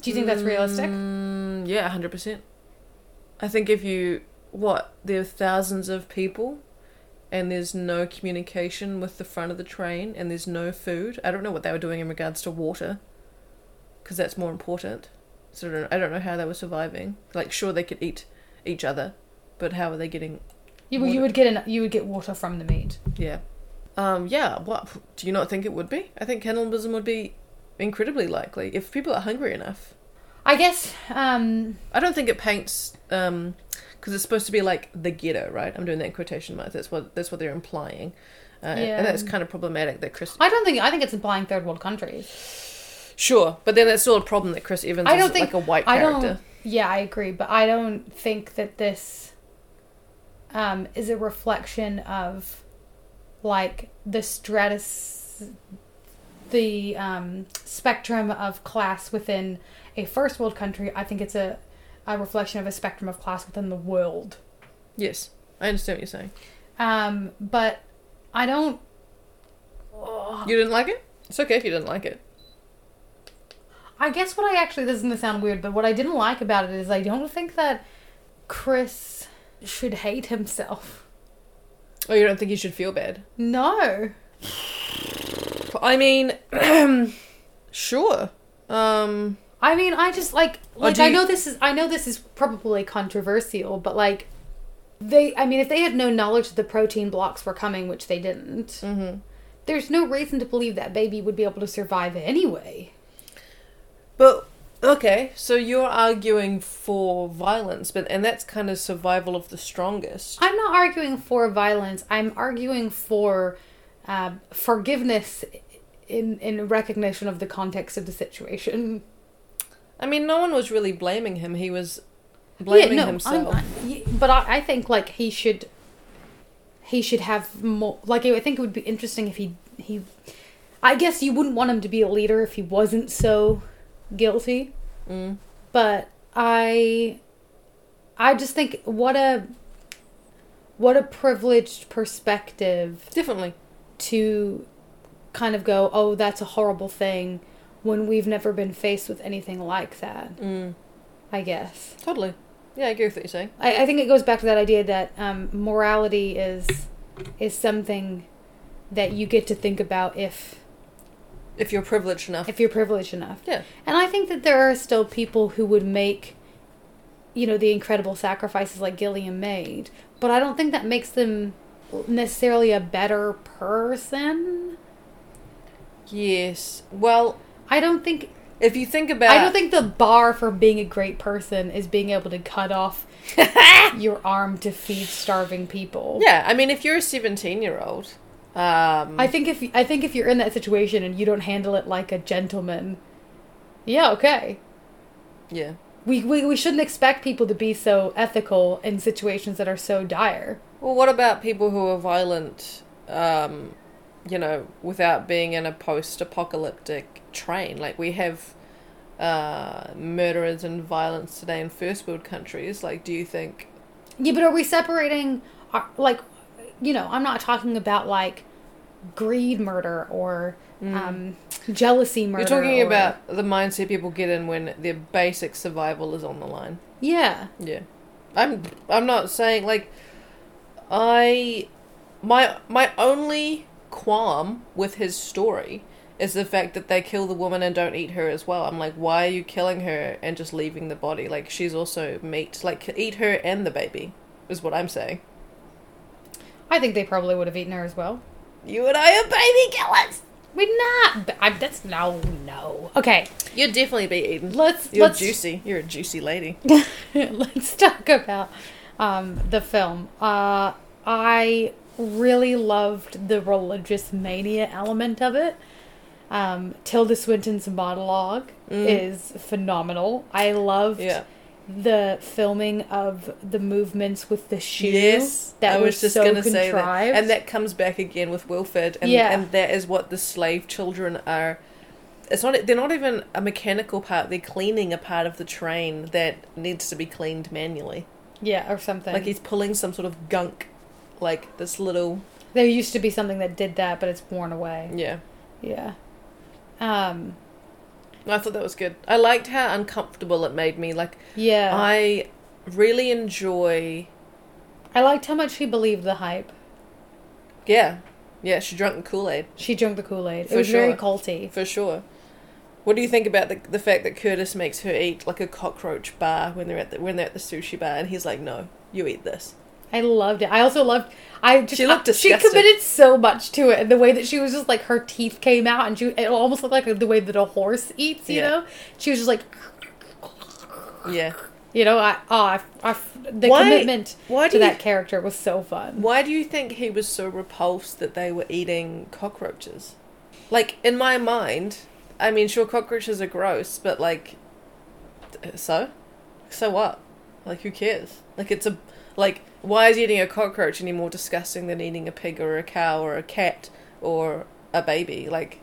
S1: Do you think that's realistic?
S3: Mm, yeah, hundred percent. I think if you what there are thousands of people, and there's no communication with the front of the train, and there's no food. I don't know what they were doing in regards to water, because that's more important. So I don't, I don't know how they were surviving. Like, sure they could eat each other, but how are they getting?
S1: You, you would get an, you would get water from the meat.
S3: Yeah, um, yeah. What do you not think it would be? I think cannibalism would be incredibly likely if people are hungry enough.
S1: I guess um,
S3: I don't think it paints because it's supposed to be like the ghetto, right? I'm doing that in quotation marks. That's what that's what they're implying, uh, and-
S1: Yeah.
S3: and that's kind of problematic. That Chris,
S1: I don't think I think it's implying third world countries.
S3: sure, but then that's still a problem that Chris Evans
S1: I don't
S3: is
S1: think
S3: like a white
S1: I
S3: character.
S1: don't. Yeah, I agree, but I don't think that this um, is a reflection of like the stratus, the um, spectrum of class within a first world country. I think it's a a reflection of a spectrum of class within the world.
S3: Yes, I understand what you're saying.
S1: Um, but I don't. Uh,
S3: You didn't like it. It's okay if you didn't like it.
S1: I guess what I actually this is gonna sound weird, but what I didn't like about it is I don't think that Chris should hate himself.
S3: Oh, you don't think you should feel bad?
S1: No.
S3: I mean, sure. Um,
S1: I mean, I just like like
S3: Oh, do
S1: I
S3: you-
S1: know this is I know this is probably controversial, but like they I mean, if they had no knowledge that the protein blocks were coming, which they didn't,
S3: mm-hmm.
S1: there's no reason to believe that baby would be able to survive anyway.
S3: But okay, so you're arguing for violence, but and that's kind of survival of the strongest.
S1: I'm not arguing for violence. I'm arguing for uh, forgiveness in in recognition of the context of the situation.
S3: I mean, no one was really blaming him. He was blaming
S1: I'm
S3: himself.
S1: not- y- but I, I think like he should, he should have more. Like I think it would be interesting if he he. I guess you wouldn't want him to be a leader if he wasn't so guilty.
S3: Mm.
S1: But I, I just think what a, what a privileged perspective
S3: Definitely.
S1: to, kind of go oh that's a horrible thing, when we've never been faced with anything like that.
S3: Mm.
S1: I guess.
S3: Totally. Yeah, I agree with what you're saying.
S1: I, I think it goes back to that idea that um, morality is is something that you get to think about if
S3: If you're privileged enough.
S1: if you're privileged enough.
S3: Yeah.
S1: And I think that there are still people who would make, you know, the incredible sacrifices like Gilliam made, but I don't think that makes them necessarily a better person.
S3: Yes. Well,
S1: I don't think
S3: if you think about,
S1: I don't think the bar for being a great person is being able to cut off your arm to feed starving people.
S3: Yeah, I mean, if you're a 17 year old, um,
S1: I think if I think if you're in that situation and you don't handle it like a gentleman, yeah, okay.
S3: yeah.
S1: We, we, we shouldn't expect people to be so ethical in situations that are so dire.
S3: Well, what about people who are violent, um, you know, without being in a post apocalyptic train? Like, we have uh, murderers and violence today in first world countries. Like, do you think.
S1: Yeah, but are we separating, our- like, you know, I'm not talking about like greed murder or um, jealousy murder.
S3: You're talking
S1: or-
S3: about the mindset people get in when their basic survival is on the line.
S1: yeah,
S3: Yeah. I'm I'm not saying like I my my only qualm with his story is the fact that they kill the woman and don't eat her as well. I'm like, why are you killing her and just leaving the body? Like she's also meat. Like eat her and the baby is what I'm saying.
S1: I think they probably would have eaten her as well.
S3: You and I are baby killers.
S1: We're not. but I, that's no, no. Okay,
S3: You'd definitely be eaten.
S1: let's
S3: You're
S1: let's
S3: juicy. You're a juicy lady.
S1: let's talk about um, the film. Uh, I really loved the religious mania element of it. Um, Tilda Swinton's monologue is phenomenal. I loved
S3: Mm. Yeah.
S1: the filming of the movements with the shoe.
S3: Yes,
S1: that
S3: I was, just
S1: so
S3: gonna
S1: contrived.
S3: say that, and that comes back again with Wilford, and
S1: Yeah.
S3: and that is what the slave children are. It's not. They're not even a mechanical part. They're cleaning a part of the train that needs to be cleaned manually.
S1: yeah, or something.
S3: Like he's pulling some sort of gunk, like this little
S1: there used to be something that did that, but it's worn away.
S3: yeah.
S1: Yeah. Um.
S3: I thought that was good. I liked how uncomfortable it made me. Like
S1: Yeah. I,
S3: I really enjoy.
S1: I liked how much he believed the hype.
S3: Yeah, yeah. She drunk Kool Aid.
S1: She drank the Kool Aid. It
S3: For
S1: was very
S3: sure.
S1: culty.
S3: For sure. What do you think about the the fact that Curtis makes her eat like a cockroach bar when they're at the when they're at the sushi bar, and he's like, "No, you eat this."
S1: I loved it. I also loved. I just
S3: She looked
S1: she
S3: disgusted.
S1: committed so much to it. The way that she was just like her teeth came out, and she it almost looked like the way that a horse eats. You
S3: Yeah.
S1: know, she was just like,
S3: Yeah.
S1: you know, I oh, I, I the
S3: Why-
S1: commitment
S3: why do
S1: to
S3: you-
S1: that character was so fun.
S3: Why do you think he was so repulsed that they were eating cockroaches? Like in my mind, I mean, sure, cockroaches are gross, but like, so, so what? Like, who cares? Like, it's a like, why is eating a cockroach any more disgusting than eating a pig or a cow or a cat or a baby? Like,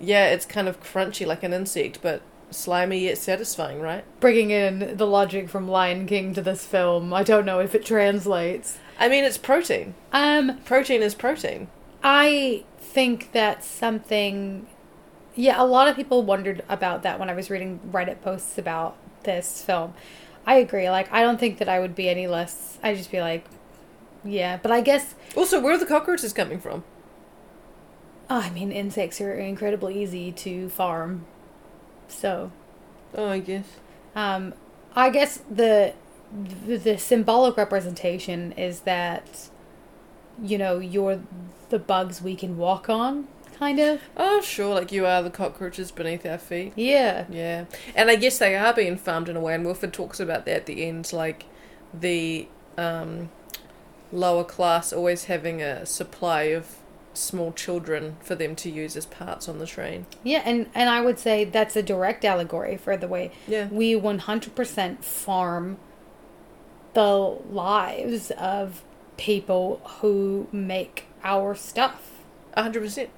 S3: yeah, it's kind of crunchy like an insect, but slimy yet satisfying, right?
S1: Bringing in the logic from Lion King to this film, I don't know if it translates.
S3: I mean, it's protein.
S1: Um,
S3: Protein is protein.
S1: I think that's something. Yeah, a lot of people wondered about that when I was reading Reddit posts about this film. I agree. Like, I don't think that I would be any less. I'd just be like, Yeah, but I guess
S3: Also, where are the cockroaches coming from?
S1: oh, I mean insects are incredibly easy to farm. So,
S3: Oh, I guess.
S1: um I guess the the, the symbolic representation is that you know, you're the bugs we can walk on kind of.
S3: Oh, sure, like you are the cockroaches beneath our feet.
S1: Yeah.
S3: Yeah. And I guess they are being farmed in a way, and Wilford talks about that at the end, like the um, lower class always having a supply of small children for them to use as parts on the train.
S1: Yeah, and and I would say that's a direct allegory for the way
S3: Yeah.
S1: we 100% farm the lives of people who make our stuff,
S3: 100%.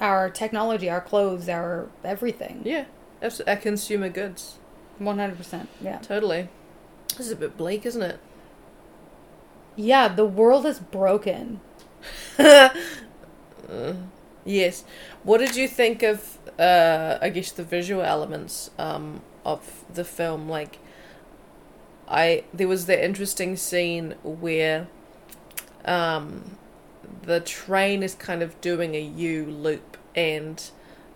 S1: our technology, our clothes, our everything.
S3: Yeah. Abs- Our consumer goods.
S1: 100%. Yeah.
S3: Totally. This is a bit bleak, isn't it?
S1: Yeah, the world is broken.
S3: Yes. What did you think of, uh, I guess, the visual elements um, of the film? Like, I there was the interesting scene where um, the train is kind of doing a U loop, and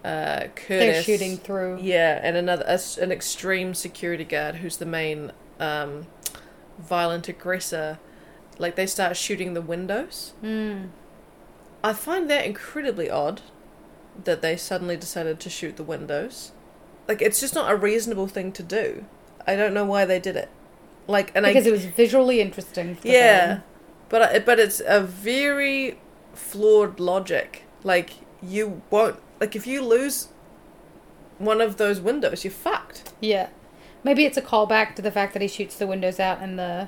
S3: uh, Curtis
S1: They're shooting through.
S3: yeah, and another a s an extreme security guard who's the main um, violent aggressor. Like they start shooting the windows.
S1: Mm.
S3: I find that incredibly odd that they suddenly decided to shoot the windows. Like it's just not a reasonable thing to do. I don't know why they did it. Like and
S1: Because
S3: I
S1: it was visually interesting. For the
S3: yeah,
S1: film.
S3: but I, but it's a very flawed logic. Like you won't like if you lose one of those windows, you're fucked.
S1: Yeah. Maybe it's a callback to the fact that he shoots the windows out in the.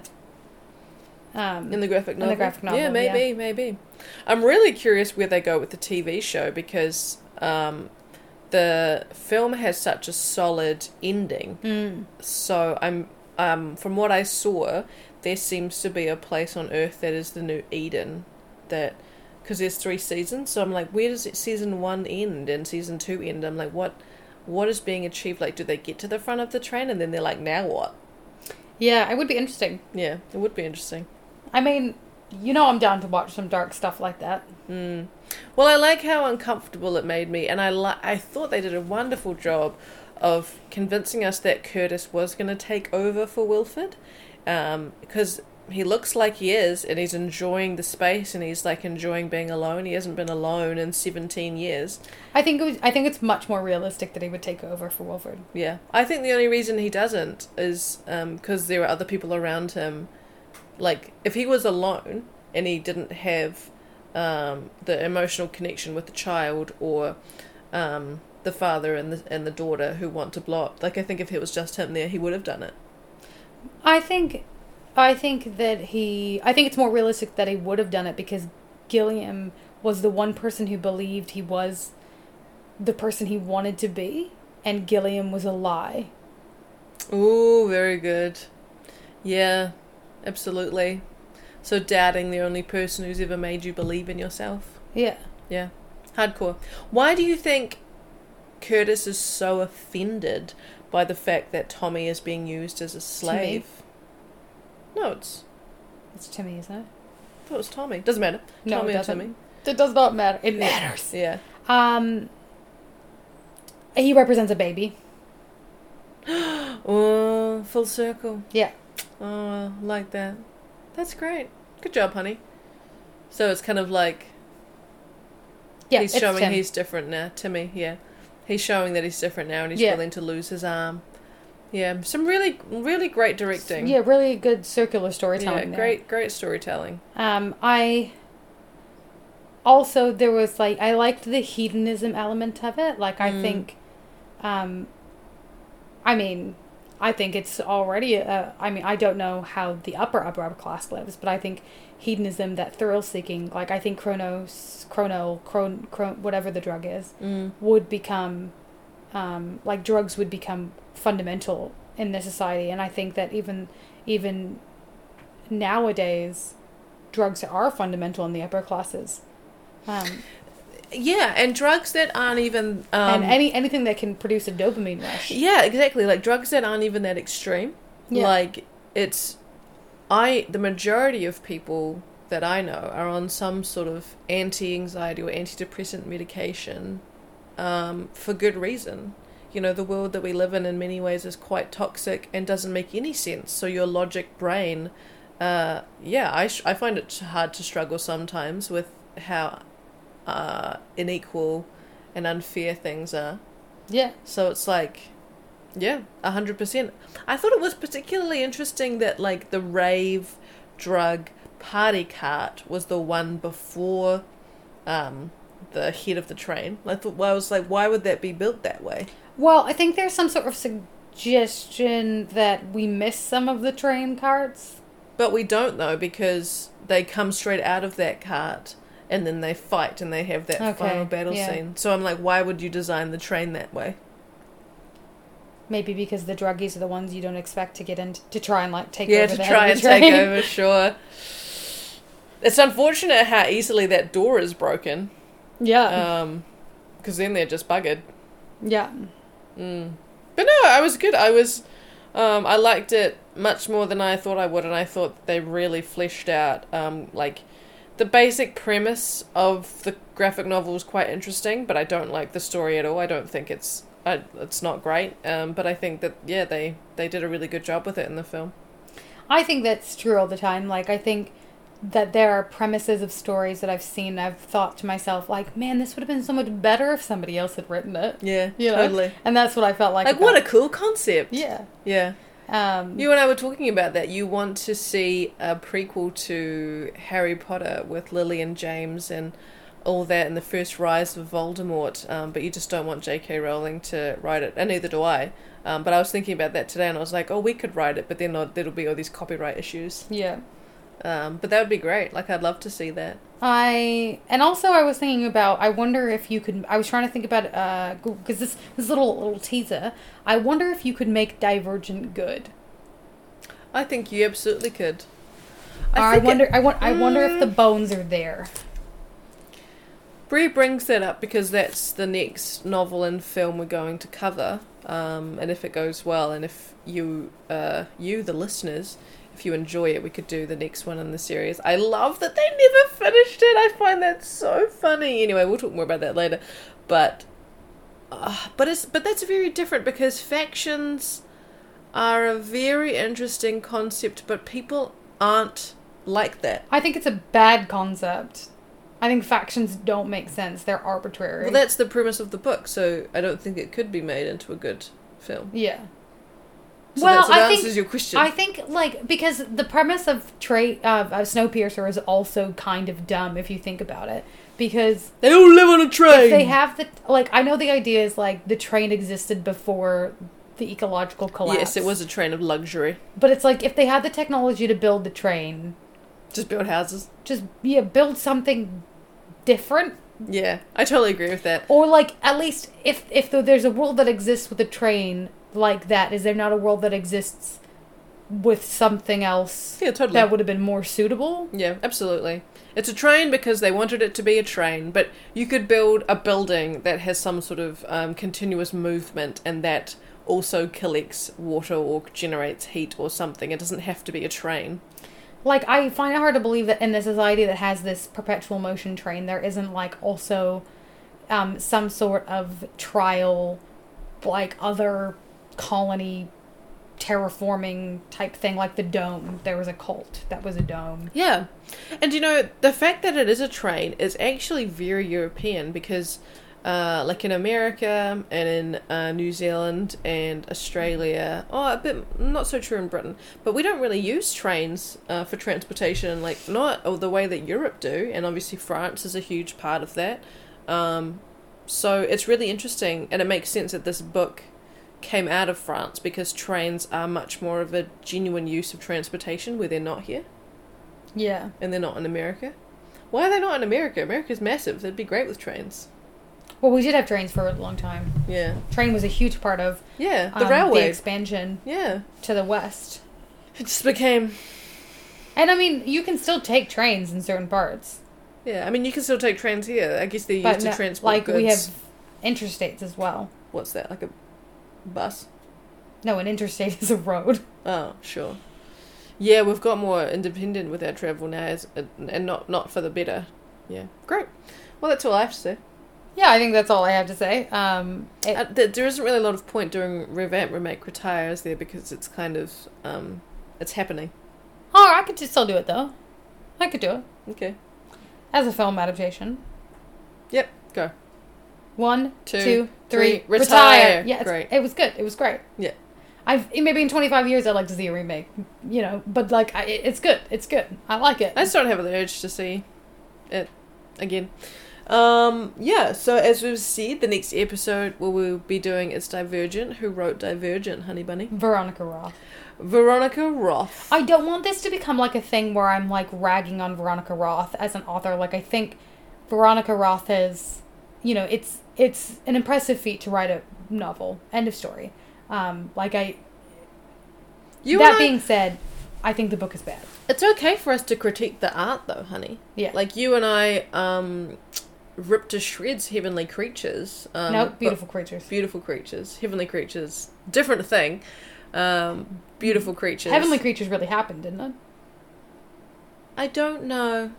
S1: Um,
S3: In the graphic
S1: In
S3: novel.
S1: the graphic novel,
S3: Yeah, maybe, maybe. I'm really curious where they go with the TV show because um, the film has such a solid ending.
S1: Mm.
S3: So I'm um, from what I saw, there seems to be a place on Earth that is the new Eden, that because there's three seasons. So I'm like, where does it, season one end and season two end? I'm like, what, what is being achieved? Like, do they get to the front of the train and then they're like, now what?
S1: Yeah, it would be interesting.
S3: Yeah, it would be interesting.
S1: I mean, you know I'm down to watch some dark stuff like that.
S3: Mm. Well, I like how uncomfortable it made me, and I li- I thought they did a wonderful job of convincing us that Curtis was going to take over for Wilford, um, because he looks like he is, and he's enjoying the space, and he's like enjoying being alone. He hasn't been alone in seventeen years.
S1: I think it was, I think it's much more realistic that he would take over for Wilford.
S3: Yeah, I think the only reason he doesn't is because there are other people around him. Like, if he was alone and he didn't have um, the emotional connection with the child or um, the father and the and the daughter who want to blow up, like I think if it was just him there, he would have done it.
S1: I think I think that he I think it's more realistic that he would have done it because Gilliam was the one person who believed he was the person he wanted to be and Gilliam was a lie.
S3: Ooh, very good. Yeah, absolutely. So doubting the only person who's ever made you believe in yourself.
S1: Yeah.
S3: Yeah. Hardcore. Why do you think Curtis is so offended by the fact that Tommy is being used as a slave? No, it's
S1: It's Timmy, isn't it?
S3: I thought it was Tommy. Doesn't matter.
S1: No,
S3: Tommy
S1: it
S3: and
S1: doesn't.
S3: Timmy.
S1: It does not matter. It matters.
S3: Yeah.
S1: Um he represents a baby.
S3: Oh, full circle.
S1: Yeah.
S3: Oh, I like that. That's great. Good job, honey. So it's kind of like
S1: Yeah,
S3: he's
S1: it's
S3: showing
S1: Tim.
S3: he's different now. Timmy, yeah. He's showing that he's different now and he's
S1: Yeah.
S3: willing to lose his arm. Yeah. Some really, really great directing.
S1: Yeah, really good circular
S3: Yeah,
S1: storytelling. there.
S3: great, great storytelling.
S1: Um, I also there was like I liked the hedonism element of it. Like I
S3: Mm.
S1: think, um, I mean, I think it's already. Uh, I mean, I don't know how the upper upper upper class lives, but I think hedonism, that thrill seeking, like I think chronos, chrono, chron, chron, whatever the drug is,
S3: Mm.
S1: would become, um, like drugs would become fundamental in the society, and I think that even even nowadays, drugs are fundamental in the upper classes, um,
S3: Yeah, and drugs that aren't even um,
S1: and any anything that can produce a dopamine rush.
S3: yeah, exactly. Like drugs that aren't even that extreme.
S1: Yeah.
S3: Like it's I the majority of people that I know are on some sort of anti-anxiety or antidepressant medication um, for good reason. You know, the world that we live in in many ways is quite toxic and doesn't make any sense. So your logic brain, uh, yeah, I, sh- I find it hard to struggle sometimes with how uh, unequal and unfair things are.
S1: Yeah.
S3: So it's like, yeah, a hundred percent. I thought it was particularly interesting that like the rave drug party cart was the one before um, the head of the train. I thought well, I was like, why would that be built that way?
S1: Well, I think there's some sort of suggestion that we miss some of the train carts.
S3: But we don't know because they come straight out of that cart and then they fight and they have that
S1: Okay,
S3: final battle
S1: yeah.
S3: scene. So I'm like, why would you design the train that way?
S1: Maybe because the druggies are the ones you don't expect to get in to try and like take
S3: yeah,
S1: over
S3: to
S1: the
S3: try
S1: head
S3: and
S1: of the train.
S3: take over, sure. It's unfortunate how easily that door is broken.
S1: Yeah.
S3: Um, because then they're just buggered.
S1: yeah.
S3: Mm. But no, I was good. I was, um, I liked it much more than I thought I would, and I thought they really fleshed out, um, like, the basic premise of the graphic novel was quite interesting, but I don't like the story at all. I don't think it's, I, it's not great. Um, but I think that yeah, they they did a really good job with it in the film.
S1: I think that's true all the time. Like, I think that there are premises of stories that I've seen. I've thought to myself, like, man, this would have been so much better if somebody else had written it.
S3: Yeah,
S1: You know?
S3: totally.
S1: And that's what I felt like.
S3: Like, what a cool concept.
S1: yeah.
S3: yeah.
S1: Um,
S3: You and I were talking about that. You want to see a prequel to Harry Potter with Lily and James and all that, and the first rise of Voldemort. Um, but you just don't want J.K. Rowling to write it, and neither do I. Um, but I was thinking about that today, and I was like, oh, we could write it, but then uh, there'll be all these copyright issues.
S1: yeah.
S3: Um, but that would be great. Like, I'd love to see that.
S1: I and also I was thinking about. I wonder if you could. I was trying to think about because this this little little teaser. I wonder if you could make Divergent good.
S3: I think you absolutely could.
S1: Or I,
S3: think it-
S1: wonder. I want. I wonder if
S3: Mm.
S1: the bones are there.
S3: Brie brings that up because that's the next novel and film we're going to cover. Um, and if it goes well, and if you, uh, you the listeners, if you enjoy it, we could do the next one in the series. I love that they never finished it. I find that so funny. Anyway, we'll talk more about that later. But, uh, but it's but that's very different because factions are a very interesting concept, but people aren't like that.
S1: I think it's a bad concept. I think factions don't make sense. They're arbitrary.
S3: Well, that's the premise of the book, so I don't think it could be made into a good film.
S1: yeah.
S3: So
S1: well,
S3: that, so that
S1: I
S3: answers
S1: think
S3: your question.
S1: I think like because the premise of trait of, of Snowpiercer is also kind of dumb if you think about it because
S3: they all live on a train.
S1: if they have the like I know the idea is like the train existed before the ecological collapse.
S3: Yes, it was a train of luxury.
S1: But it's like if they had the technology to build the train,
S3: Just build houses.
S1: just yeah, build something different
S3: Yeah, I totally agree with that.
S1: or like at least if if th- there's a world that exists with a train like that is there not a world that exists with something else
S3: Yeah, totally.
S1: that would have been more suitable
S3: yeah, absolutely. It's a train because they wanted it to be a train, but you could build a building that has some sort of um, continuous movement and that also collects water or generates heat or something. It doesn't have to be a train.
S1: like i find it hard to believe that in the society that has this perpetual motion train there isn't like also um, some sort of trial like other colony terraforming type thing like the dome there was a cult that was a dome
S3: Yeah. And you know, the fact that it is a train is actually very European because, uh, like in America and in uh, New Zealand and Australia, oh, a bit not so true in Britain, but we don't really use trains uh, for transportation, like not or the way that Europe do. And obviously, France is a huge part of that. Um, so it's really interesting, and it makes sense that this book came out of France because trains are much more of a genuine use of transportation where they're not here
S1: yeah
S3: and they're not in America. Why are they not in America? America's massive. They'd be great with trains.
S1: well we did have trains for a long time
S3: Yeah.
S1: train was a huge part of
S3: Yeah. The
S1: um, the
S3: railway.
S1: expansion
S3: yeah.
S1: to the west.
S3: It just became.
S1: And I mean, you can still take trains in certain parts,
S3: Yeah. I mean, you can still take trains here. I guess they're
S1: but
S3: used to
S1: no-
S3: transport
S1: like
S3: goods.
S1: we have interstates as well.
S3: What's that? Like a bus?
S1: No, an interstate is a road.
S3: Oh, sure. Yeah, we've got more independent with our travel now, as- uh, and not not for the better. Yeah, great. Well, that's all I have to say.
S1: Yeah, I think that's all I have to say. Um, it-
S3: Uh, th- there isn't really a lot of point doing revamp, remake, retire, is there? Because it's kind of um, it's happening.
S1: oh, I could just still do it though. I could do it
S3: Okay.
S1: as a film adaptation.
S3: Yep. Go.
S1: One,
S3: Two,
S1: two, three,
S3: three, retire.
S1: retire. Yeah, it's,
S3: Great.
S1: it was good. It was great.
S3: Yeah.
S1: I've it- maybe in 25 years I'd like to see a remake, you know. But like, I, it- it's good. It's good. I like it.
S3: I just don't have the urge to see it again. Um, yeah, so as we've said, the next episode we will be doing is Divergent. Who wrote Divergent, Honey Bunny?
S1: Veronica Roth.
S3: Veronica Roth.
S1: I don't want this to become like a thing where I'm like ragging on Veronica Roth as an author. Like I think Veronica Roth is, you know, it's it's an impressive feat to write a novel. End of story. Um, like I.
S3: You
S1: that
S3: and I-
S1: being said, I think the book is bad.
S3: It's okay for us to critique the art, though, honey.
S1: Yeah.
S3: Like you and I um, ripped to shreds Heavenly Creatures. Um,
S1: no,
S3: but-
S1: beautiful creatures.
S3: beautiful creatures. Heavenly Creatures. Different thing. Um, beautiful creatures.
S1: Mm. Heavenly creatures really happened, didn't it?
S3: I don't know.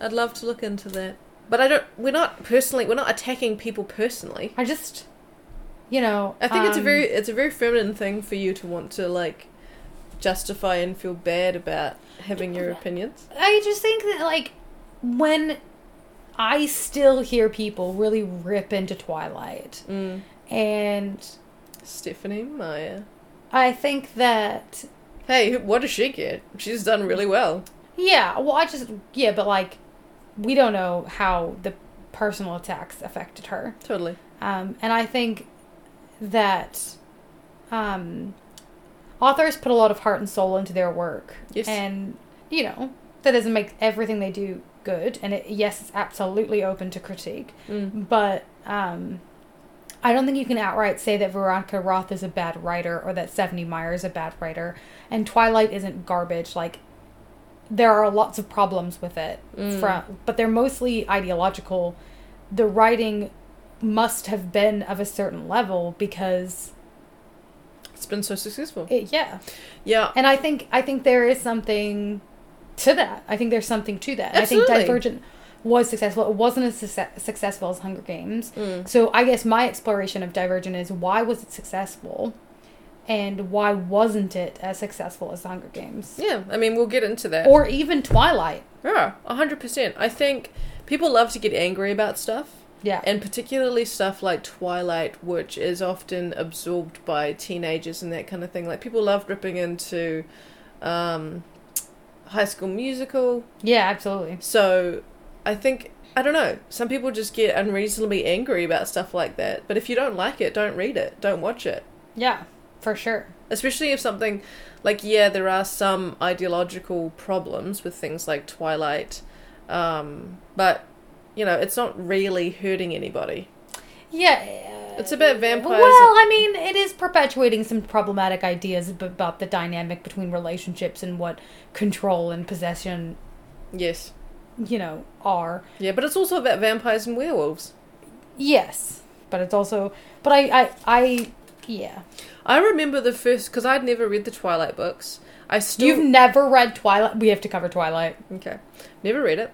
S3: I'd love to look into that. But I don't. We're not personally. We're not attacking people personally.
S1: I just, you know,
S3: I think it's a
S1: um,
S3: very. It's a very feminine thing for you to want to like justify and feel bad about having your opinions.
S1: I just think that like when I still hear people really rip into Twilight,
S3: Mm.
S1: and
S3: Stephanie Meyer.
S1: I think that
S3: Hey, what does she get? She's done really well.
S1: yeah, well, I just yeah, but like we don't know how the personal attacks affected her,
S3: Totally.
S1: um, and I think that um, authors put a lot of heart and soul into their work,
S3: Yes.
S1: and you know that doesn't make everything they do good, and it, yes, it's absolutely open to critique.
S3: Mm.
S1: but um, I don't think you can outright say that Veronica Roth is a bad writer or that Stephanie Meyer is a bad writer. And Twilight isn't garbage. Like there are lots of problems with it, from, but they're mostly ideological. The writing must have been of a certain level because
S3: It's been so successful.
S1: it, yeah.
S3: Yeah.
S1: And I think I think there is something to that. I think there's something to that. And I think
S3: Absolutely.
S1: Divergent was successful. It wasn't as success- successful as Hunger Games.
S3: Mm.
S1: So I guess my exploration of Divergent is why was it successful, and why wasn't it as successful as The Hunger Games,
S3: Yeah. I mean, we'll get into that.
S1: or even Twilight?
S3: Yeah, hundred percent. I think people love to get angry about stuff.
S1: Yeah,
S3: and particularly stuff like Twilight, which is often absorbed by teenagers and that kind of thing. Like people love ripping into um, High School Musical,
S1: yeah, absolutely.
S3: so I think I don't know. Some people just get unreasonably angry about stuff like that. But if you don't like it, don't read it, don't watch it.
S1: Yeah, for sure.
S3: Especially if something like yeah, there are some ideological problems with things like Twilight, um, but you know it's not really hurting anybody.
S1: Yeah, uh,
S3: It's about vampires.
S1: Well, I mean, it is perpetuating some problematic ideas ab- about the dynamic between relationships and what control and possession,
S3: Yes.
S1: you know, are.
S3: Yeah, but it's also about vampires and werewolves.
S1: Yes, but it's also, but I, I, I, yeah.
S3: I remember the first because I'd never read the Twilight books. I still
S1: You've never read Twilight. We have to cover Twilight.
S3: okay, never read it.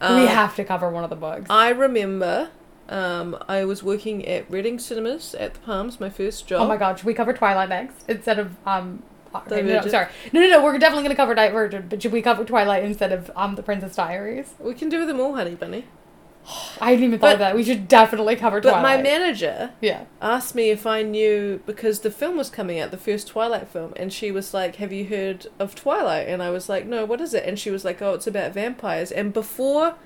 S3: Um,
S1: we have to cover one of the books.
S3: I remember. Um, I was working at Reading Cinemas at the Palms, my first job.
S1: oh my god, should we cover Twilight next instead of um? Okay, no, no,
S3: Divergent.
S1: sorry. No, no, no. We're definitely gonna cover Divergent, but should we cover Twilight instead of um the Princess Diaries?
S3: We can do them all, honey bunny.
S1: I hadn't even
S3: But-
S1: thought of that. We should definitely cover
S3: But
S1: Twilight.
S3: my manager
S1: yeah.
S3: asked me if I knew because the film was coming out, the first Twilight film, and she was like, "Have you heard of Twilight?" And I was like, "No, what is it?" And she was like, "Oh, it's about vampires." And before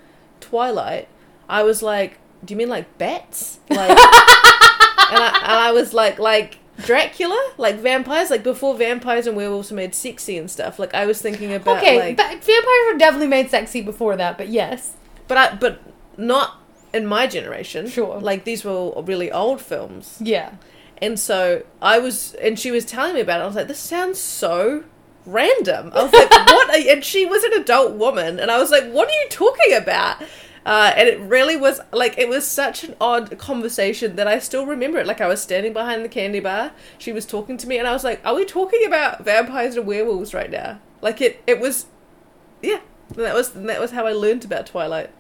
S3: Twilight, I was like, "Do you mean like bats?" Like, and, I, and I was like, "Like Dracula? Like vampires? Like before vampires and werewolves were made sexy and stuff." Like I was thinking about
S1: okay,
S3: like,
S1: but vampires were definitely made sexy before that, but yes,
S3: but I, but not in my generation.
S1: Sure.
S3: Like these were all really old films.
S1: yeah,
S3: And so I was, and she was telling me about it. I was like, this sounds so random. I was like, what? Are, and she was an adult woman. And I was like, what are you talking about? Uh, and it really was like it was such an odd conversation that I still remember it. Like I was standing behind the candy bar, she was talking to me, and I was like, "Are we talking about vampires and werewolves right now?" Like it, it was, yeah. That was that was how I learned about Twilight.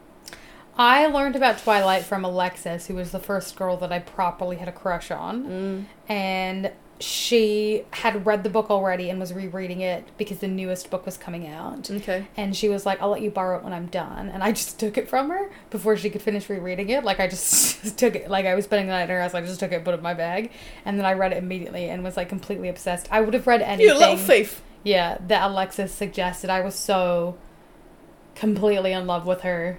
S1: I learned about Twilight from Alexis, who was the first girl that I properly had a crush on.
S3: Mm.
S1: And she had read the book already and was rereading it because the newest book was coming out.
S3: Okay.
S1: And she was like, I'll let you borrow it when I'm done. And I just took it from her before she could finish rereading it. Like, I just, took it. Like, I was spending the night in her house. I just took it, put it in my bag. And then I read it immediately and was like completely obsessed. I would have read anything.
S3: You little thief.
S1: Yeah, that Alexis suggested. I was so completely in love with her.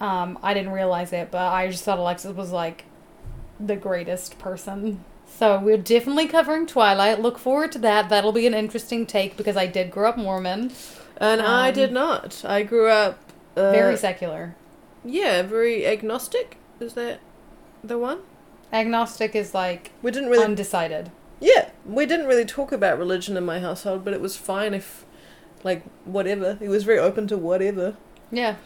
S1: Um, I didn't realize it, but I just thought Alexis was like the greatest person. So we're definitely covering Twilight. Look forward to that. That'll be an interesting take because I did grow up Mormon,
S3: And I
S1: Um,
S3: did not. I grew up uh,
S1: very secular.
S3: yeah, very agnostic. Is that the one?
S1: Agnostic is like
S3: We didn't really
S1: undecided.
S3: Yeah, we didn't really talk about religion in my household, but it was fine if, like, whatever. It was very open to whatever.
S1: Yeah.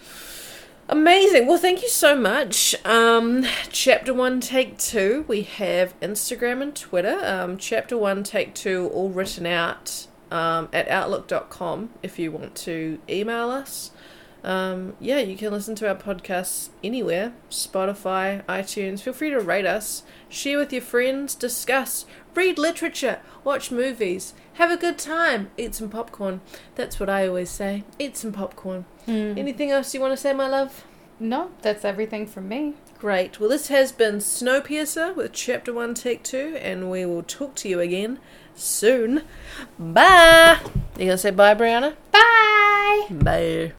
S3: Amazing. Well, thank you so much. Um, chapter one, take two. We have Instagram and Twitter. Um, chapter one, take two, all written out um, at outlook.com if you want to email us. Um, yeah, you can listen to our podcasts anywhere Spotify, iTunes. Feel free to rate us, share with your friends, discuss, read literature, watch movies, have a good time, eat some popcorn. That's what I always say eat some popcorn. Anything else you want to say, my love?
S1: No, that's everything from me.
S3: Great. Well, this has been Snowpiercer with Chapter 1, Take 2, and we will talk to you again soon. Bye! You gonna say bye, Brianna?
S1: Bye.
S3: Bye.